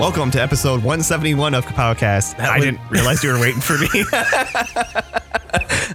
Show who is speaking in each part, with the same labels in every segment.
Speaker 1: Welcome to episode 171 of Kapowcast. I
Speaker 2: would-
Speaker 1: didn't realize you were waiting for me.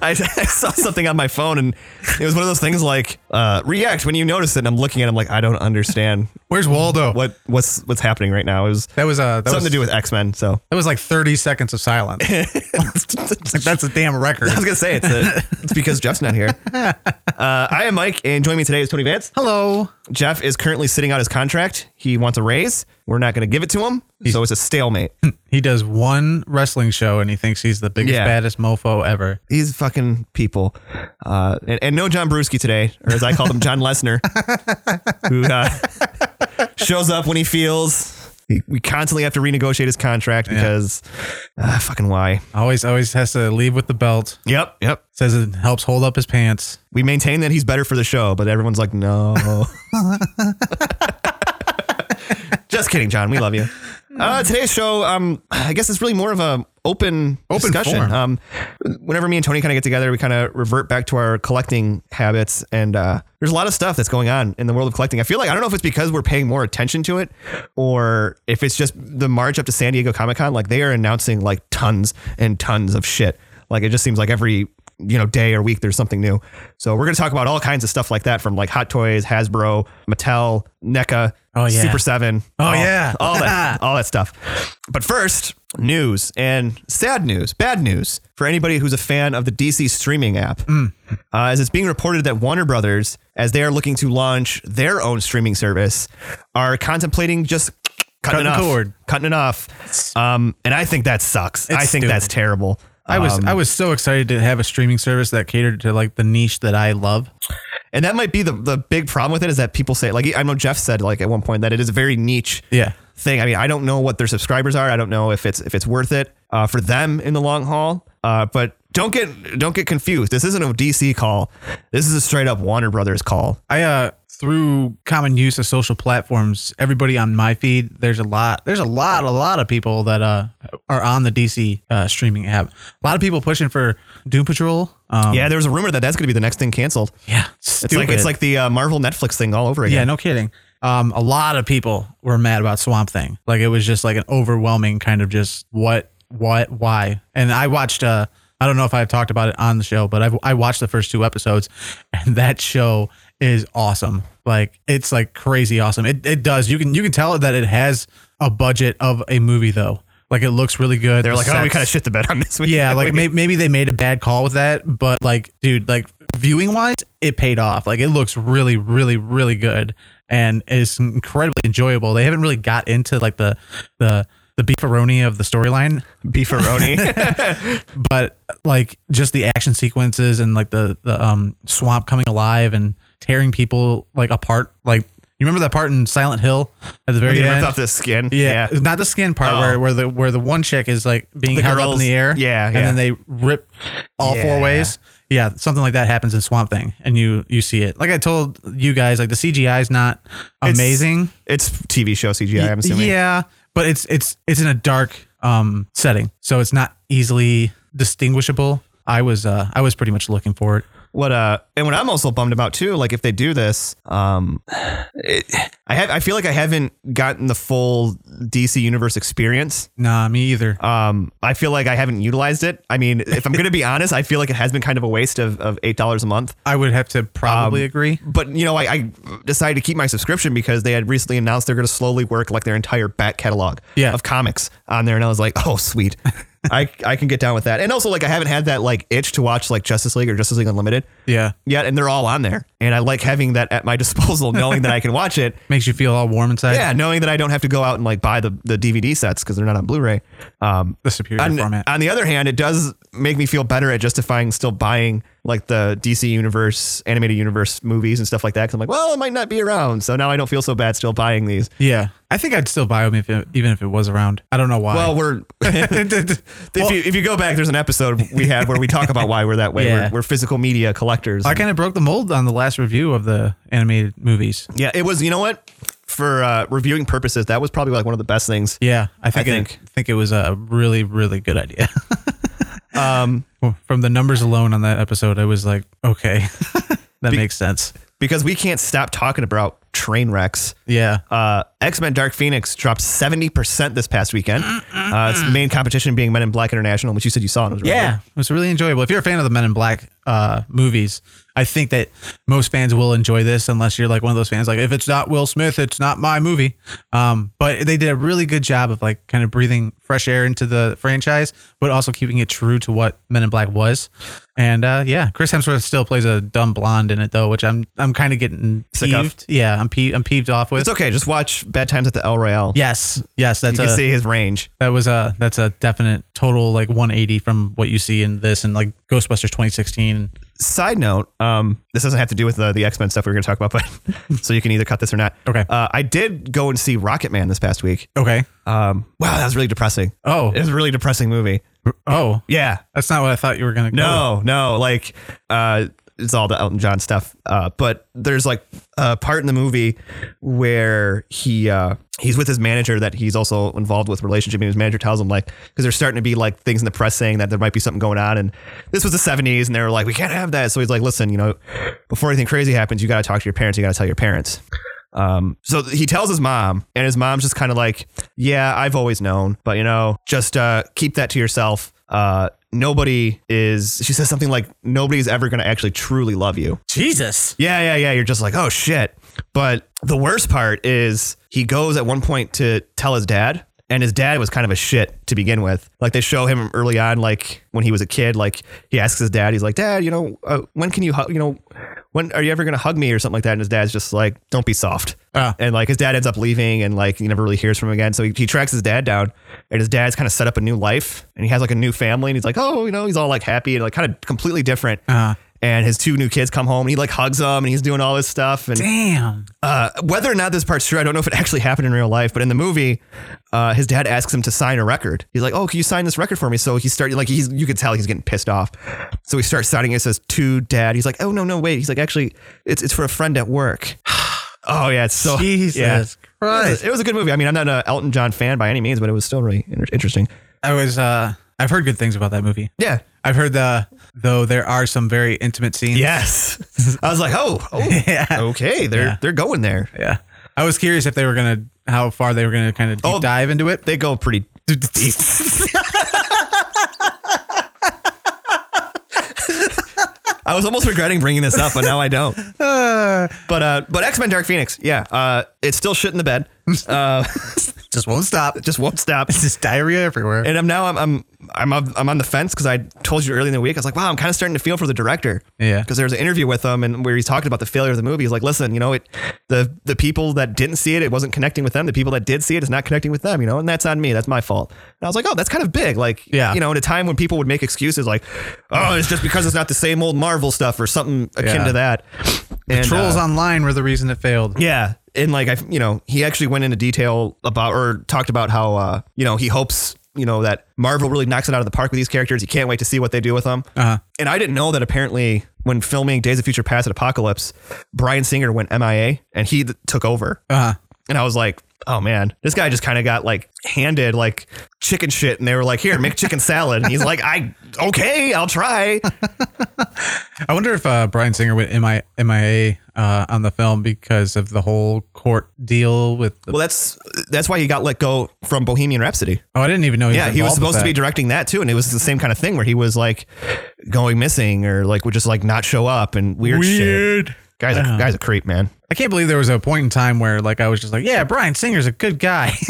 Speaker 1: I, I saw something on my phone and it was one of those things like uh, react when you notice it. And I'm looking at it, I'm like, I don't understand
Speaker 2: Where's Waldo?
Speaker 1: what what's what's happening right now. It was
Speaker 2: That was uh, that
Speaker 1: something
Speaker 2: was,
Speaker 1: to do with X Men. So
Speaker 2: That was like 30 seconds of silence. Like, that's a damn record.
Speaker 1: I was gonna say it's a, it's because Jeff's not here. Uh, I am Mike, and joining me today is Tony Vance.
Speaker 2: Hello.
Speaker 1: Jeff is currently sitting out his contract. He wants a raise. We're not gonna give it to him, so it's a stalemate.
Speaker 2: He does one wrestling show and he thinks he's the biggest,
Speaker 1: Yeah.
Speaker 2: baddest mofo ever.
Speaker 1: These fucking people, uh, and, and no John Brewski today, or as I call him, John Lesnar, who uh, shows up when he feels. He- We constantly have to renegotiate his contract because ah, fucking why?
Speaker 2: Always, always has to leave with the belt.
Speaker 1: Yep, yep.
Speaker 2: Says it helps hold up his pants.
Speaker 1: We maintain that he's better for the show, but everyone's like, no. Just kidding, John. We love you. Uh, today's show, um, I guess it's really more of a open,
Speaker 2: Open
Speaker 1: discussion.
Speaker 2: forum.
Speaker 1: Um, whenever me and Tony kind of get together, we kind of revert back to our collecting habits, and uh, there's a lot of stuff that's going on in the world of collecting. I feel like I don't know if it's because we're paying more attention to it, or if it's just the march up to San Diego Comic Con. Like they are announcing like tons and tons of shit. Like it just seems like every you know day or week there's something new. So we're gonna talk about all kinds of stuff like that from like Hot Toys, Hasbro, Mattel, NECA,
Speaker 2: Oh, yeah.
Speaker 1: Super Seven.
Speaker 2: Oh,
Speaker 1: all-
Speaker 2: yeah.
Speaker 1: all that, Ah, all that stuff. But first, news and sad news, bad news for anybody who's a fan of the DC streaming app,
Speaker 2: Mm.
Speaker 1: uh, as it's being reported that Warner Brothers, as they are looking to launch their own streaming service, are contemplating just cutting,
Speaker 2: Cutting
Speaker 1: it off,
Speaker 2: cord.
Speaker 1: cutting it off. Um, and I think that sucks. I think
Speaker 2: stupid.
Speaker 1: that's terrible.
Speaker 2: I was,
Speaker 1: Um,
Speaker 2: I was so excited to have a streaming service that catered to like the niche that I love.
Speaker 1: and that might be the the big problem with it is that people say like I know Jeff said like at one point that it is very niche.
Speaker 2: Yeah.
Speaker 1: thing. I mean, I don't know what their subscribers are. I don't know if it's if it's worth it uh, for them in the long haul. Uh, but don't get don't get confused. This isn't a DC call. This is a straight up Warner Brothers call.
Speaker 2: I uh through common use of social platforms, everybody on my feed, there's a lot, there's a lot, a lot of people that uh are on the DC uh, streaming app. A lot of people pushing for Doom Patrol. Um,
Speaker 1: Yeah, there was a rumor that that's going to be the next thing canceled.
Speaker 2: yeah,
Speaker 1: It's like it's like the uh, Marvel Netflix thing all over
Speaker 2: yeah,
Speaker 1: again.
Speaker 2: no kidding. Um, a lot of people were mad about Swamp Thing. Like it was just like an overwhelming kind of just what, what, why. And I watched. uh I don't know if I've talked about it on the show, but I've I watched the first two episodes, and that show is awesome. Like it's like crazy awesome. It it does. You can you can tell that it has a budget of a movie though. Like it looks really good.
Speaker 1: They're like, oh, we kind of shit the bed on this. Week.
Speaker 2: Yeah, like may- maybe they made a bad call with that, but like, dude, like viewing wise, it paid off. Like, it looks really, really, really good, and is incredibly enjoyable. They haven't really got into like the the the beefaroni of the storyline,
Speaker 1: beefaroni.
Speaker 2: but like just the action sequences and like the the um swamp coming alive and tearing people like apart. Like, you remember that part in Silent Hill at the very
Speaker 1: They ripped
Speaker 2: end?
Speaker 1: off the skin.
Speaker 2: Yeah, not the skin part
Speaker 1: Oh.
Speaker 2: where, where the where the one chick is like being
Speaker 1: The
Speaker 2: held up
Speaker 1: girls-
Speaker 2: in the air.
Speaker 1: yeah,
Speaker 2: and
Speaker 1: yeah.
Speaker 2: then they rip all
Speaker 1: Yeah.
Speaker 2: four ways. Yeah, something like that happens in Swamp Thing, and you you see it. Like I told you guys, like the CGI is not
Speaker 1: It's-
Speaker 2: amazing.
Speaker 1: it's TV show CGI. I'm assuming.
Speaker 2: Yeah, but it's it's it's in a dark um setting, so it's not easily distinguishable. I was uh I was pretty much looking for it.
Speaker 1: What uh, and what I'm also bummed about too, like if they do this, um, it, I have I feel like I haven't gotten the full DC universe experience.
Speaker 2: Nah, me either.
Speaker 1: Um, I feel like I haven't utilized it. I mean, if I'm gonna be honest, I feel like it has been kind of a waste of, of eight dollars a month.
Speaker 2: I would have to
Speaker 1: um,
Speaker 2: probably agree.
Speaker 1: But you know, I, I decided to keep my subscription because they had recently announced they're gonna slowly work like their entire back catalog
Speaker 2: Yeah.
Speaker 1: of comics on there, and I was like, oh sweet. I, I can get down with that. And also like I haven't had that like itch to watch like Justice League or Justice League Unlimited
Speaker 2: Yeah,
Speaker 1: yet and they're all on there and i like having that at my disposal knowing that i can watch it
Speaker 2: makes you feel all warm inside.
Speaker 1: yeah knowing that i don't have to go out and like buy the, the dvd sets because they're not on blu-ray um
Speaker 2: the superior
Speaker 1: on,
Speaker 2: format.
Speaker 1: on the other hand it does make me feel better at justifying still buying like the dc universe animated universe movies and stuff like that because i'm like well it might not be around so now i don't feel so bad still buying these
Speaker 2: Yeah, I think I'd still buy them if it, even if it was around. I don't know why.
Speaker 1: well we're
Speaker 2: if
Speaker 1: if, you, if you go back there's an episode we have where we talk about why we're that way
Speaker 2: Yeah.
Speaker 1: we're, we're physical media collectors
Speaker 2: I kind of broke the mold on the last review of the animated movies.
Speaker 1: yeah it was you know what for uh, reviewing purposes that was probably like one of the best things
Speaker 2: Yeah, I think
Speaker 1: I
Speaker 2: I think,
Speaker 1: think-
Speaker 2: it, think it was a really really good idea. um, from the numbers alone on that episode, I was like, okay, that makes sense.
Speaker 1: because we can't stop talking about train wrecks.
Speaker 2: Yeah.
Speaker 1: Uh, X Men Dark Phoenix dropped 70% this past weekend. Uh, its main competition being Men in Black International, which you said you saw and it was really
Speaker 2: Yeah, it was really enjoyable. If you're a fan of the Men in Black uh, movies, I think that most fans will enjoy this, unless you're like one of those fans. Like, if it's not Will Smith, it's not my movie. Um, but they did a really good job of like kind of breathing fresh air into the franchise, but also keeping it true to what Men in Black was. And uh, yeah, Chris Hemsworth still plays a dumb blonde in it though, which I'm I'm kind of getting
Speaker 1: Sick of.
Speaker 2: peeved. Yeah, I'm pe- I'm peeved off with.
Speaker 1: It's okay. Just watch Bad Times at the El Royale.
Speaker 2: Yes, yes, that's
Speaker 1: You can
Speaker 2: a,
Speaker 1: see his range.
Speaker 2: that was a that's a definite total like 180 from what you see in this and like Ghostbusters 2016.
Speaker 1: Side note, um, this doesn't have to do with the, the X Men stuff we were going to talk about, but so you can either cut this or not.
Speaker 2: Okay.
Speaker 1: Uh, I did go and see Rocket Man this past week.
Speaker 2: Okay.
Speaker 1: Um, wow, that was really depressing.
Speaker 2: Oh.
Speaker 1: It was a really depressing movie.
Speaker 2: Oh,
Speaker 1: Yeah.
Speaker 2: that's not what I thought you were gonna. go
Speaker 1: No, no, like uh it's all the Elton John stuff. Uh but there's like a part in the movie where he uh he's with his manager that he's also involved with relationship and his manager tells him like because there's starting to be like things in the press saying that there might be something going on and this was the 70s and they were like we can't have that so he's like listen you know before anything crazy happens you got to talk to your parents you got to tell your parents um, so he tells his mom, and his mom's just kind of like, "Yeah, I've always known, but you know, just uh, keep that to yourself. Uh, nobody is." She says something like, "Nobody's ever going to actually truly love you."
Speaker 2: Jesus.
Speaker 1: Yeah, yeah, yeah. You're just like, "Oh shit!" But the worst part is he goes at one point to tell his dad. And his dad was kind of a shit to begin with. Like they show him early on, like when he was a kid, like he asks his dad, he's like, "Dad, you know, uh, when can you, hug? you know, when are you ever gonna hug me or something like that?" And his dad's just like, "Don't be soft."
Speaker 2: Ah.
Speaker 1: And like his dad ends up leaving and like he never really hears from him again. So he, he tracks his dad down and his dad's kind of set up a new life and he has like a new family and he's like, oh, you know, he's all like happy and like kind of completely different.
Speaker 2: Uh-huh.
Speaker 1: And his two new kids come home and he like hugs them and he's doing all this stuff. And
Speaker 2: Damn.
Speaker 1: uh, whether or not this part's true, I don't know if it actually happened in real life, but in the movie, uh, his dad asks him to sign a record. He's like, "Oh, can you sign this record for me?" So he started like he's you could tell he's getting pissed off. So he starts signing. It says to dad. He's like, "Oh no, no, wait." He's like, "Actually, it's it's for a friend at work." oh yeah, it's so
Speaker 2: Jesus
Speaker 1: yeah. It was,
Speaker 2: Christ.
Speaker 1: a, it was a good movie. I mean, I'm not an Elton John fan by any means, but it was still really inter- interesting.
Speaker 2: I was. uh I've heard good things about that movie.
Speaker 1: Yeah.
Speaker 2: I've heard the though there are some very intimate scenes.
Speaker 1: Yes. I was like, oh, oh,
Speaker 2: Yeah.
Speaker 1: okay, they're
Speaker 2: Yeah.
Speaker 1: they're going there.
Speaker 2: Yeah. I was curious if they were gonna how far they were gonna kind of deep
Speaker 1: Oh.
Speaker 2: dive into it.
Speaker 1: They go pretty deep. I was almost regretting bringing this up, but now I don't.
Speaker 2: Oh.
Speaker 1: But uh, but X Men Dark Phoenix, yeah, uh, it's still shit in the bed. Uh,
Speaker 2: Just won't stop.
Speaker 1: just won't stop.
Speaker 2: Just diarrhea everywhere.
Speaker 1: And I'm now I'm I'm I'm, up- I'm on the fence because I told you earlier in the week I was like, wow, I'm kind of starting to feel for the director.
Speaker 2: Yeah.
Speaker 1: Because there was an interview with him and where he's talking about the failure of the movie. He's like, listen, you know, it the the people that didn't see it, it wasn't connecting with them. The people that did see it, it's not connecting with them. You know, and that's on me. That's my fault. And I was like, oh, that's kind of big. Like,
Speaker 2: Yeah.
Speaker 1: you know, at a time when people would make excuses like, oh, it's just because it's not the same old Marvel stuff or something akin
Speaker 2: Yeah.
Speaker 1: to that. And,
Speaker 2: Trolls
Speaker 1: uh,
Speaker 2: online were the reason it failed.
Speaker 1: yeah. And like I, you know, he actually went into detail about or talked about how uh, you know, he hopes, you know, that Marvel really knocks it out of the park with these characters. He can't wait to see what they do with them.
Speaker 2: Uh-huh.
Speaker 1: And I didn't know that apparently when filming Days of Future Past and Apocalypse, Brian Singer went MIA and he th- took over.
Speaker 2: Uh-huh.
Speaker 1: And I was like, oh man, this guy just kind of got like handed like chicken shit. And they were like, here, make chicken salad. And he's like, I, okay, I'll try.
Speaker 2: I wonder if uh, Brian Singer went MI, MIA uh, on the film because of the whole court deal with. The,
Speaker 1: Well, that's, that's why he got let go from Bohemian Rhapsody.
Speaker 2: oh, I didn't even know. He
Speaker 1: Yeah,
Speaker 2: was
Speaker 1: he was
Speaker 2: involved with
Speaker 1: supposed to be
Speaker 2: that.
Speaker 1: directing that too, and it was the same kind of thing where he was like going missing or like would just like not show up and weird, Uh-huh. shit. Guys, a, guys, a creep, man.
Speaker 2: I can't believe there was a point in time where like I was just like, yeah, Brian Singer's a good guy.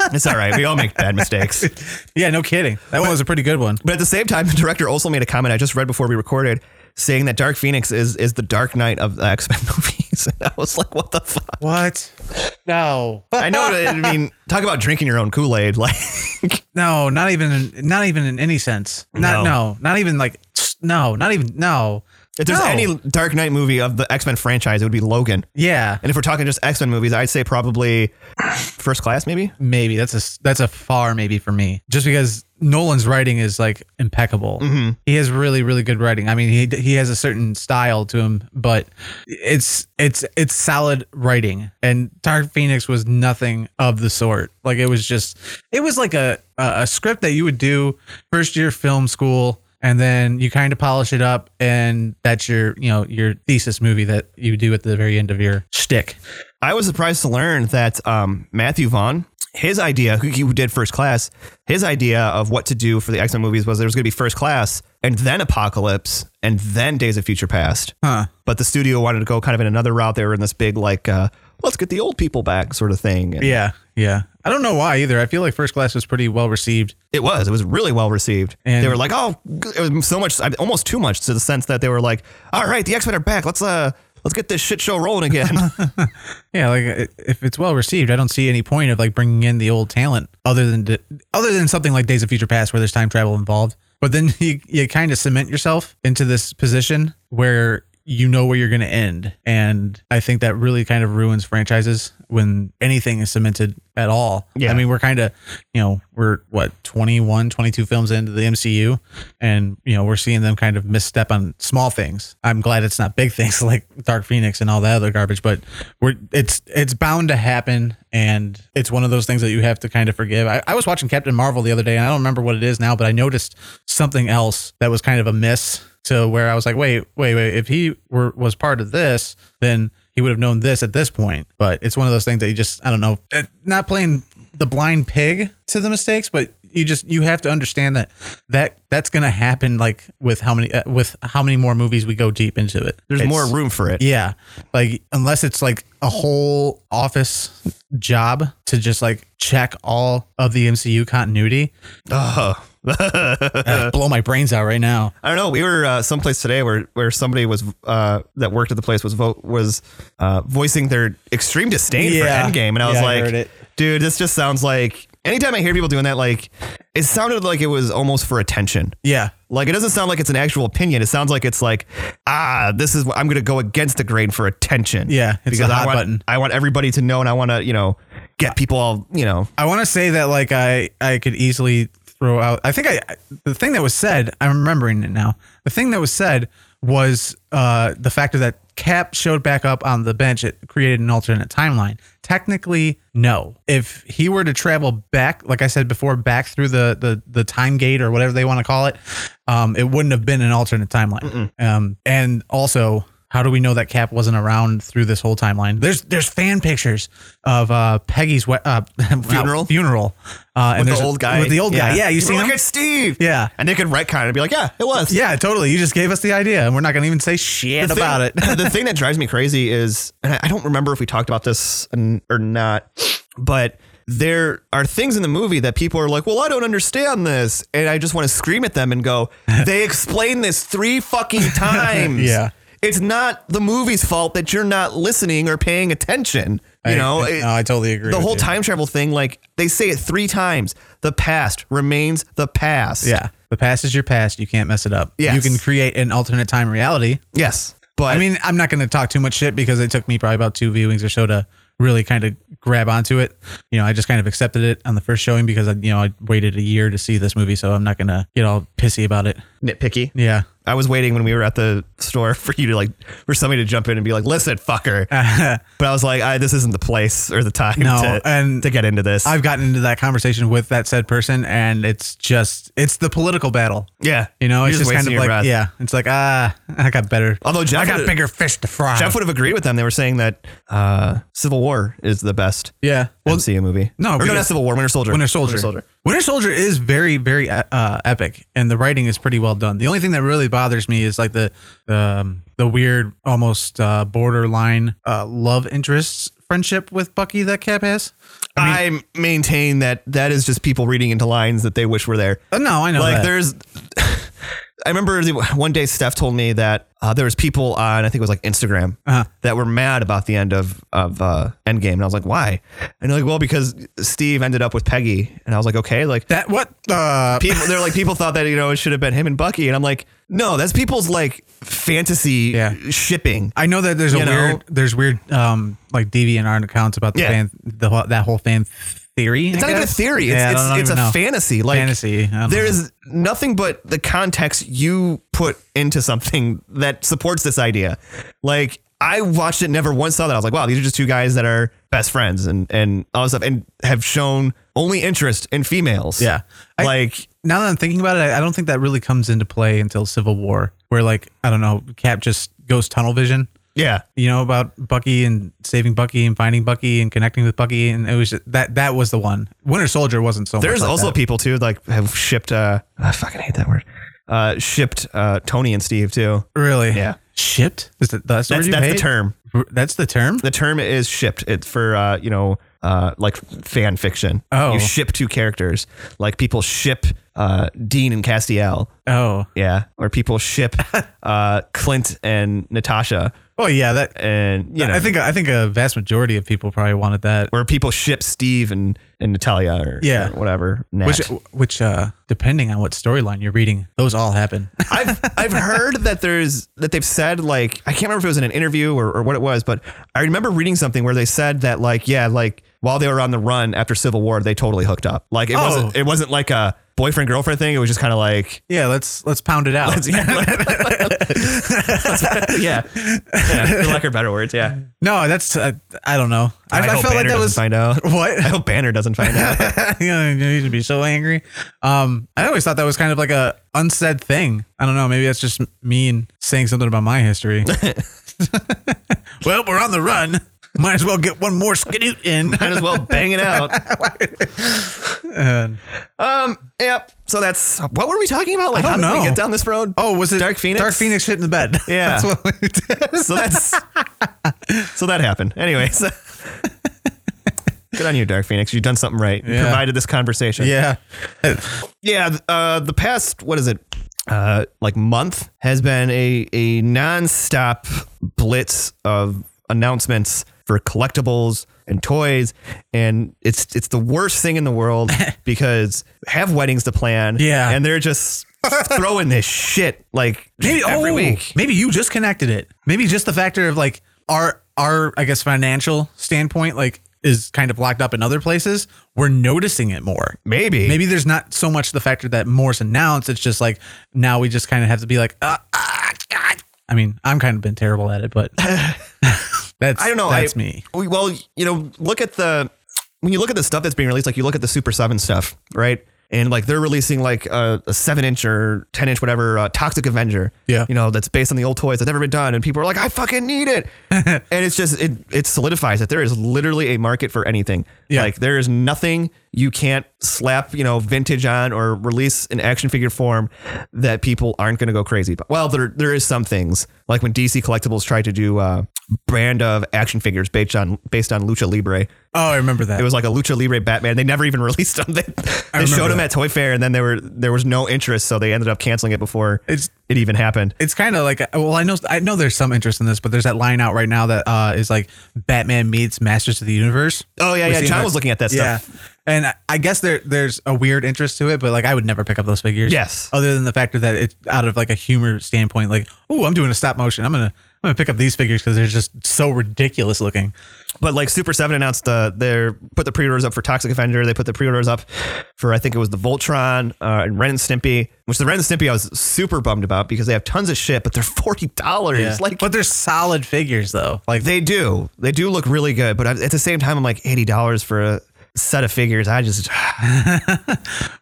Speaker 1: It's all right. We all make bad mistakes.
Speaker 2: yeah, no kidding. That one was a pretty good one.
Speaker 1: But at the same time, the director also made a comment I just read before we recorded, saying that Dark Phoenix is is the Dark Knight of the X Men movies. And I was like, what the fuck?
Speaker 2: What? No.
Speaker 1: I know. I mean, talk about drinking your own Kool Aid. Like,
Speaker 2: No, not even in, not even in any sense. Not no.
Speaker 1: No.
Speaker 2: Not even like no, not even no.
Speaker 1: if there's
Speaker 2: No.
Speaker 1: any Dark Knight movie of the X Men franchise, it would be Logan.
Speaker 2: Yeah.
Speaker 1: And if we're talking just X Men movies, I'd say probably First Class, maybe.
Speaker 2: maybe that's a that's a far maybe for me just because nolan's writing is like impeccable he has really really good writing i mean he he has a certain style to him but it's it's it's solid writing and dark phoenix was nothing of the sort like it was just it was like a a a script that you would do first year film school and then you kind of polish it up, and that's your you know your thesis movie that you do at the very end of your shtick.
Speaker 1: I was surprised to learn that um, Matthew Vaughn, his idea, who he did First Class, his idea of what to do for the X Men movies was there was going to be First Class and then Apocalypse and then Days of Future Past.
Speaker 2: Huh.
Speaker 1: But the studio wanted to go kind of in another route. They were in this big, like, uh, let's get the old people back sort of thing. And
Speaker 2: Yeah, yeah. I don't know why either. I feel like First Class was pretty well received.
Speaker 1: It was. It was really well received.
Speaker 2: And-
Speaker 1: they were like, oh, it was so much, almost too much to the sense that they were like, all right, the X Men are back. Let's, uh, let's get this shit show rolling again.
Speaker 2: Yeah, like i- if it's well received, I don't see any point of like bringing in the old talent other than to, other than something like Days of Future Past where there's time travel involved. But then you you kind of cement yourself into this position where you know where you're going to end, and I think that really kind of ruins franchises when anything is cemented at all.
Speaker 1: Yeah.
Speaker 2: I mean, we're kind of, you know, we're what 21, 22 films into the MCU and, you know, we're seeing them kind of misstep on small things. I'm glad it's not big things like Dark Phoenix and all that other garbage, but we're it's it's bound to happen and it's one of those things that you have to kind of forgive. I, I was watching Captain Marvel the other day and I don't remember what it is now, but I noticed something else that was kind of a miss to where I was like, wait, wait, wait, if he were was part of this, then he would have known this at this point. But it's one of those things that you just, I don't know, eh, not playing the blind pig to the mistakes, but you just you have to understand that that that's going to happen. Like with how many uh, with how many more movies we go deep into it.
Speaker 1: There's
Speaker 2: It's-
Speaker 1: more room for it.
Speaker 2: Yeah, like unless it's like a whole office job to just like check all of the MCU continuity. Ugh, blow my brains out right now.
Speaker 1: I don't know. We were uh, someplace today where where somebody was uh, that worked at the place was vo- was uh, voicing their extreme disdain
Speaker 2: Yeah.
Speaker 1: for Endgame, and I was
Speaker 2: Yeah, I
Speaker 1: like,
Speaker 2: heard it.
Speaker 1: dude, this just sounds like. Anytime I hear people doing that, like it sounded like it was almost for attention.
Speaker 2: Yeah,
Speaker 1: Like it doesn't sound like it's an actual opinion. It sounds like it's like, ah, this is what I'm going to go against the grain for attention.
Speaker 2: Yeah, it's
Speaker 1: because
Speaker 2: a
Speaker 1: I
Speaker 2: hot
Speaker 1: want
Speaker 2: button.
Speaker 1: I want everybody to know, and I want to you know get people all you know.
Speaker 2: I want to say that like I I could easily throw out. I think I the thing that was said. I'm remembering it now. The thing that was said was uh, the fact that Cap showed back up on the bench. It created an alternate timeline. Technically, no. If he were to travel back, like I said before, back through the the the time gate or whatever they want to call it, um, it wouldn't have been an alternate timeline. Um, and also. How do we know that Cap wasn't around through this whole timeline? There's there's fan pictures of uh, Peggy's we- uh,
Speaker 1: Funeral?
Speaker 2: funeral. Uh, and
Speaker 1: The
Speaker 2: there's a-
Speaker 1: old guy,
Speaker 2: With the old guy. Yeah, you see
Speaker 1: look
Speaker 2: him?
Speaker 1: at Steve.
Speaker 2: Yeah.
Speaker 1: and they could retcon it and be like, yeah, it was.
Speaker 2: Yeah, totally. You just gave us the idea, and we're not going to even say shit
Speaker 1: The thing-
Speaker 2: about it.
Speaker 1: the thing that drives me crazy is, and I- I don't remember if we talked about this n- or not, but there are things in the movie that people are like, well, I don't understand this. And I just want to scream at them and go, they explain this three fucking times.
Speaker 2: Yeah.
Speaker 1: It's not the movie's fault that you're not listening or paying attention. You know,
Speaker 2: I,
Speaker 1: It-
Speaker 2: no, I totally agree.
Speaker 1: the
Speaker 2: with
Speaker 1: whole
Speaker 2: you.
Speaker 1: time travel thing, like they say it three times. The past remains the past.
Speaker 2: Yeah, the past is your past. You can't mess it up.
Speaker 1: Yes.
Speaker 2: you can create an alternate time reality.
Speaker 1: Yes. But
Speaker 2: I mean, I'm not going to talk too much shit because it took me probably about two viewings or so to really kind of grab onto it. You know, I just kind of accepted it on the first showing because I, you know, I waited a year to see this movie, so I'm not going to get all pissy about it.
Speaker 1: nitpicky.
Speaker 2: Yeah.
Speaker 1: I was waiting when we were at the store for you to like for somebody to jump in and be like, "Listen, fucker." but I was like, I, "This isn't the place or the time
Speaker 2: No,
Speaker 1: to,
Speaker 2: and-
Speaker 1: to get into this."
Speaker 2: I've gotten into that conversation with that said person, and it's just it's the political battle.
Speaker 1: yeah,
Speaker 2: You know,
Speaker 1: You're
Speaker 2: it's
Speaker 1: just
Speaker 2: just, kind
Speaker 1: wasting
Speaker 2: of
Speaker 1: your
Speaker 2: like
Speaker 1: breath.
Speaker 2: yeah, it's like ah, I got better.
Speaker 1: Although Jeff
Speaker 2: I got
Speaker 1: would've-
Speaker 2: bigger fish to fry.
Speaker 1: Jeff would have agreed with them. They were saying that uh, Civil War is the best
Speaker 2: yeah, well,
Speaker 1: MCU movie.
Speaker 2: no,
Speaker 1: or no,
Speaker 2: because-
Speaker 1: not Civil War, Winter Soldier.
Speaker 2: Winter Soldier. Winter Soldier. is very, very uh, epic, and the writing is pretty well done. The only thing that really bothers me is like the um, the weird, almost uh, borderline uh, love interest friendship with Bucky that Cap has.
Speaker 1: I, maintain that that is just people reading into lines that they wish were there.
Speaker 2: Uh, No, I know
Speaker 1: like
Speaker 2: that.
Speaker 1: there's i remember the, one day steph told me that uh, there was people on i think it was like instagram
Speaker 2: Uh-huh.
Speaker 1: that were mad about the end of of uh, endgame and i was like why and they're like well because steve ended up with peggy and i was like okay like
Speaker 2: that what uh,
Speaker 1: people they're like people thought that you know it should have been him and bucky and i'm like no that's people's like fantasy
Speaker 2: Yeah.
Speaker 1: shipping
Speaker 2: I know that there's a
Speaker 1: You know?
Speaker 2: weird, there's weird, um, like DeviantArt accounts about the
Speaker 1: Yeah.
Speaker 2: fan, the whole- that whole fan theory.
Speaker 1: it's not even a theory it's it's, it's a fantasy like
Speaker 2: fantasy. I don't
Speaker 1: there
Speaker 2: know.
Speaker 1: is nothing but the context you put into something that supports this idea. Like I watched it, never once saw that. I was like, wow, these are just two guys that are best friends and and all this stuff, and have shown only interest in females.
Speaker 2: Yeah. I-
Speaker 1: like
Speaker 2: now that I'm thinking about it, I, I don't think that really comes into play until Civil War, where like I don't know, Cap just goes tunnel vision.
Speaker 1: yeah,
Speaker 2: You know about Bucky and saving Bucky and finding Bucky and connecting with Bucky, and it was that that was the one. Winter Soldier wasn't so.
Speaker 1: There's
Speaker 2: much like
Speaker 1: also
Speaker 2: that.
Speaker 1: people too like have shipped. Uh, I fucking hate that word. Uh, shipped uh, Tony and Steve too.
Speaker 2: really
Speaker 1: Yeah.
Speaker 2: shipped. Is that, that's the, word
Speaker 1: That's
Speaker 2: you
Speaker 1: that's the
Speaker 2: hate?
Speaker 1: term.
Speaker 2: That's the term.
Speaker 1: The term is shipped. It's for uh, you know uh, like fan fiction.
Speaker 2: Oh.
Speaker 1: you ship two characters. Like people ship uh, Dean and Castiel.
Speaker 2: Oh,
Speaker 1: Yeah, or people ship uh, Clint and Natasha,
Speaker 2: oh yeah. That
Speaker 1: and you know,
Speaker 2: I think I think a vast majority of people probably wanted that.
Speaker 1: or people ship Steve and and Natalia or
Speaker 2: Yeah.
Speaker 1: or whatever. Nat.
Speaker 2: Which, which, uh, depending on what storyline you're reading, those all happen.
Speaker 1: I've I've heard that there's that they've said like I can't remember if it was in an interview or, or what it was, but I remember reading something where they said that like yeah like while they were on the run after Civil War they totally hooked up like it
Speaker 2: Oh.
Speaker 1: wasn't it wasn't like a boyfriend girlfriend thing it was just kind of like
Speaker 2: yeah, let's let's e-, pound it out.
Speaker 1: yeah, yeah for lack of better words yeah
Speaker 2: no, that's uh, I don't know. I, I,
Speaker 1: hope
Speaker 2: felt like
Speaker 1: Banner
Speaker 2: that
Speaker 1: doesn't
Speaker 2: was
Speaker 1: find out I
Speaker 2: what
Speaker 1: hope Banner doesn't find out
Speaker 2: you know, you should be so angry. Um, I always thought that was kind of like a unsaid thing. I don't know. Maybe that's just mean saying something about my history. well, we're on the run. Might as well get one more skidoo in.
Speaker 1: might as well bang it out Um,
Speaker 2: And-
Speaker 1: yep so that's what were we talking about like
Speaker 2: I don't
Speaker 1: how did we
Speaker 2: know.
Speaker 1: get down this road
Speaker 2: oh, was it
Speaker 1: Dark Phoenix?
Speaker 2: Dark Phoenix shit in the bed.
Speaker 1: Yeah.
Speaker 2: that's what we did.
Speaker 1: so that's so that happened. Anyways, good on you, Dark Phoenix. You've done something right. You
Speaker 2: Yeah.
Speaker 1: provided this conversation.
Speaker 2: Yeah.
Speaker 1: yeah. th- Uh, the past what is it? Uh, like month has been a a nonstop blitz of announcements for collectibles and toys, and it's it's the worst thing in the world because have weddings to plan.
Speaker 2: Yeah.
Speaker 1: and they're just. throwing this shit like
Speaker 2: Maybe
Speaker 1: every
Speaker 2: oh,
Speaker 1: week.
Speaker 2: Maybe you just connected it. Maybe just the factor of like our our I guess financial standpoint like is kind of locked up in other places. We're noticing it more.
Speaker 1: Maybe.
Speaker 2: Maybe there's not so much the factor that Morse announced. It's just like now we just kind of have to be like, uh, ah, God. I mean, I'm kind of been terrible at it, but that's
Speaker 1: I don't know.
Speaker 2: That's
Speaker 1: I-
Speaker 2: me.
Speaker 1: we- Well, you know, look at the when you look at the stuff that's being released, like you look at the Super Seven stuff, right? And like they're releasing like a, a seven inch or ten inch, whatever, uh, Toxic Avenger.
Speaker 2: Yeah.
Speaker 1: you know that's based on the old toys that's never been done, and people are like, I fucking need it, and it's just it it solidifies that there is literally a market for anything.
Speaker 2: Yeah.
Speaker 1: like there is nothing you can't slap you know vintage on or release in action figure form that people aren't going to go crazy about. Well, there there is some things like when DC Collectibles tried to do uh, brand of action figures based on based on Lucha Libre.
Speaker 2: Oh, I remember that.
Speaker 1: It was like a Lucha Libre Batman. They never even released them. They, they
Speaker 2: remember
Speaker 1: showed them
Speaker 2: that.
Speaker 1: at Toy Fair, and then there were there was no interest, so they ended up canceling it before
Speaker 2: It's-
Speaker 1: it even happened.
Speaker 2: it's kind of like well i know i know there's some interest in this but there's that line out right now that uh is like batman meets masters of the universe
Speaker 1: Oh, yeah,
Speaker 2: We're
Speaker 1: yeah,
Speaker 2: seeing
Speaker 1: John
Speaker 2: that-
Speaker 1: was looking at that stuff.
Speaker 2: yeah and I- i guess there there's a weird interest to it but like i would never pick up those figures
Speaker 1: Yes.
Speaker 2: other than the factor that it's out of like a humor standpoint like oh i'm doing a stop motion i'm gonna i'm gonna pick up these figures because they're just so ridiculous looking
Speaker 1: But like Super Seven announced the their put the pre-orders up for Toxic Avenger. They put the pre-orders up for I think it was the Voltron uh, and Ren and Stimpy, which the Ren and Stimpy I was super bummed about because they have tons of shit, but they're forty dollars. Like
Speaker 2: but they're solid figures though like
Speaker 1: They do. They do look really good, but at the same time, I'm like eighty dollars for a set of figures. I just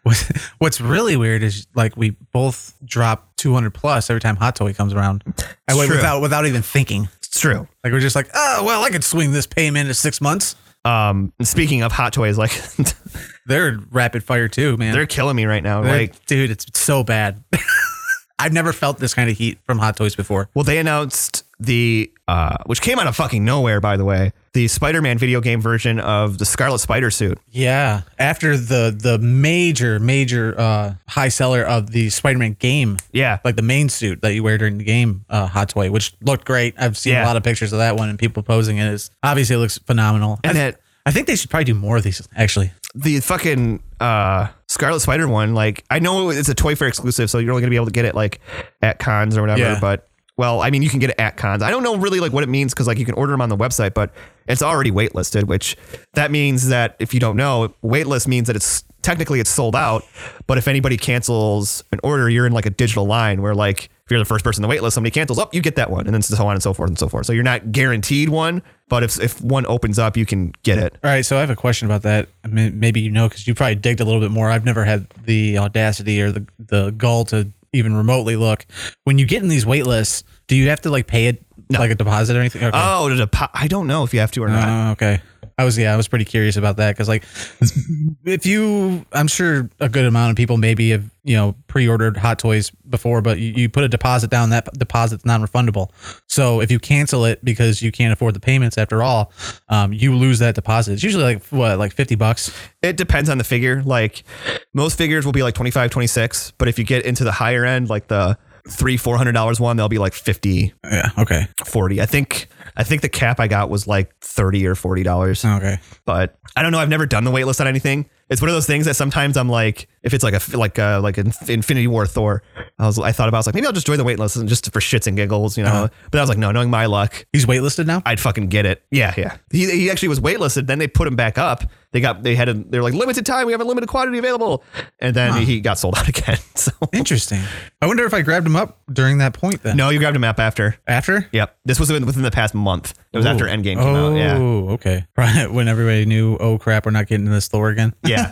Speaker 2: What- What's really weird is like we both drop 200 plus every time Hot Toy comes around. I went
Speaker 1: True.
Speaker 2: without without even thinking.
Speaker 1: it's true.
Speaker 2: Like we're just like, oh well, I could swing this payment in six months.
Speaker 1: Um, and speaking of hot toys, like
Speaker 2: They're rapid fire too, man.
Speaker 1: they're killing me right now.
Speaker 2: They're-
Speaker 1: Like,
Speaker 2: dude, it's so bad. I've never felt this kind of heat from Hot Toys before.
Speaker 1: well, they announced the uh, which came out of fucking nowhere, by the way, the Spider-Man video game version of the Scarlet Spider suit.
Speaker 2: Yeah. After the the major major uh, high seller of the Spider Man game.
Speaker 1: Yeah.
Speaker 2: Like the main suit that you wear during the game, uh, Hot Toy, which looked great. I've seen
Speaker 1: Yeah.
Speaker 2: a lot of pictures of that one and people posing it. It's obviously it looks phenomenal.
Speaker 1: And
Speaker 2: I,
Speaker 1: that-
Speaker 2: I think they should probably do more of these. Actually,
Speaker 1: the fucking uh, Scarlet Spider one, like I know it's a Toy Fair exclusive, so you're only gonna be able to get it like at cons or whatever.
Speaker 2: Yeah.
Speaker 1: But well, I mean, you can get it at cons. I don't know really like what it means because like you can order them on the website, but it's already waitlisted, which that means that if you don't know, waitlist means that it's technically it's sold out. But if anybody cancels an order, you're in like a digital line where like if you're the first person to wait list, somebody cancels, oh, you get that one, and then so on and so forth and so forth. So you're not guaranteed one, but if if one opens up, you can get it.
Speaker 2: All right, so I have a question about that. I mean, maybe you know because you probably digged a little bit more. I've never had the audacity or the the gall to even remotely look. When you get in these wait lists, do you have to like pay it like a deposit or anything? Okay.
Speaker 1: Oh, the depo- I don't know if you have to or not.
Speaker 2: Oh, okay. I was yeah, I was pretty curious about that because like, if you, I'm sure a good amount of people maybe have you know pre-ordered Hot Toys before, but you, you put a deposit down. That deposit's non-refundable. So if you cancel it because you can't afford the payments after all, um, you lose that deposit. It's usually like what like fifty bucks.
Speaker 1: It depends on the figure. Like most figures will be like 25, 26, but if you get into the higher end, like the three, four hundred dollars one, they'll be like 50,
Speaker 2: Yeah. Okay.
Speaker 1: 40. I think I think the cap I got was like 30 or 40 dollars.
Speaker 2: Okay.
Speaker 1: but I don't know. I've never done the waitlist on anything. It's one of those things that sometimes I'm like, if it's like a like a like an Infinity War Thor, I was I thought about I was like maybe I'll just join the waitlist and just for shits and giggles, you know. But I was like, no, knowing my luck,
Speaker 2: He's waitlisted now.
Speaker 1: I'd fucking get it. Yeah, yeah. He, he actually was waitlisted. Then they put him back up. They got they had a, they were like limited time. We have a limited quantity available, and then he got sold out again. So
Speaker 2: Interesting. I wonder if I grabbed him up during that point then.
Speaker 1: no, you grabbed him up after.
Speaker 2: After.
Speaker 1: Yep, this was within within the past month. It was after Endgame came
Speaker 2: oh,
Speaker 1: out. Yeah.
Speaker 2: okay. Right when everybody knew, oh crap, we're not getting this Thor again.
Speaker 1: Yeah,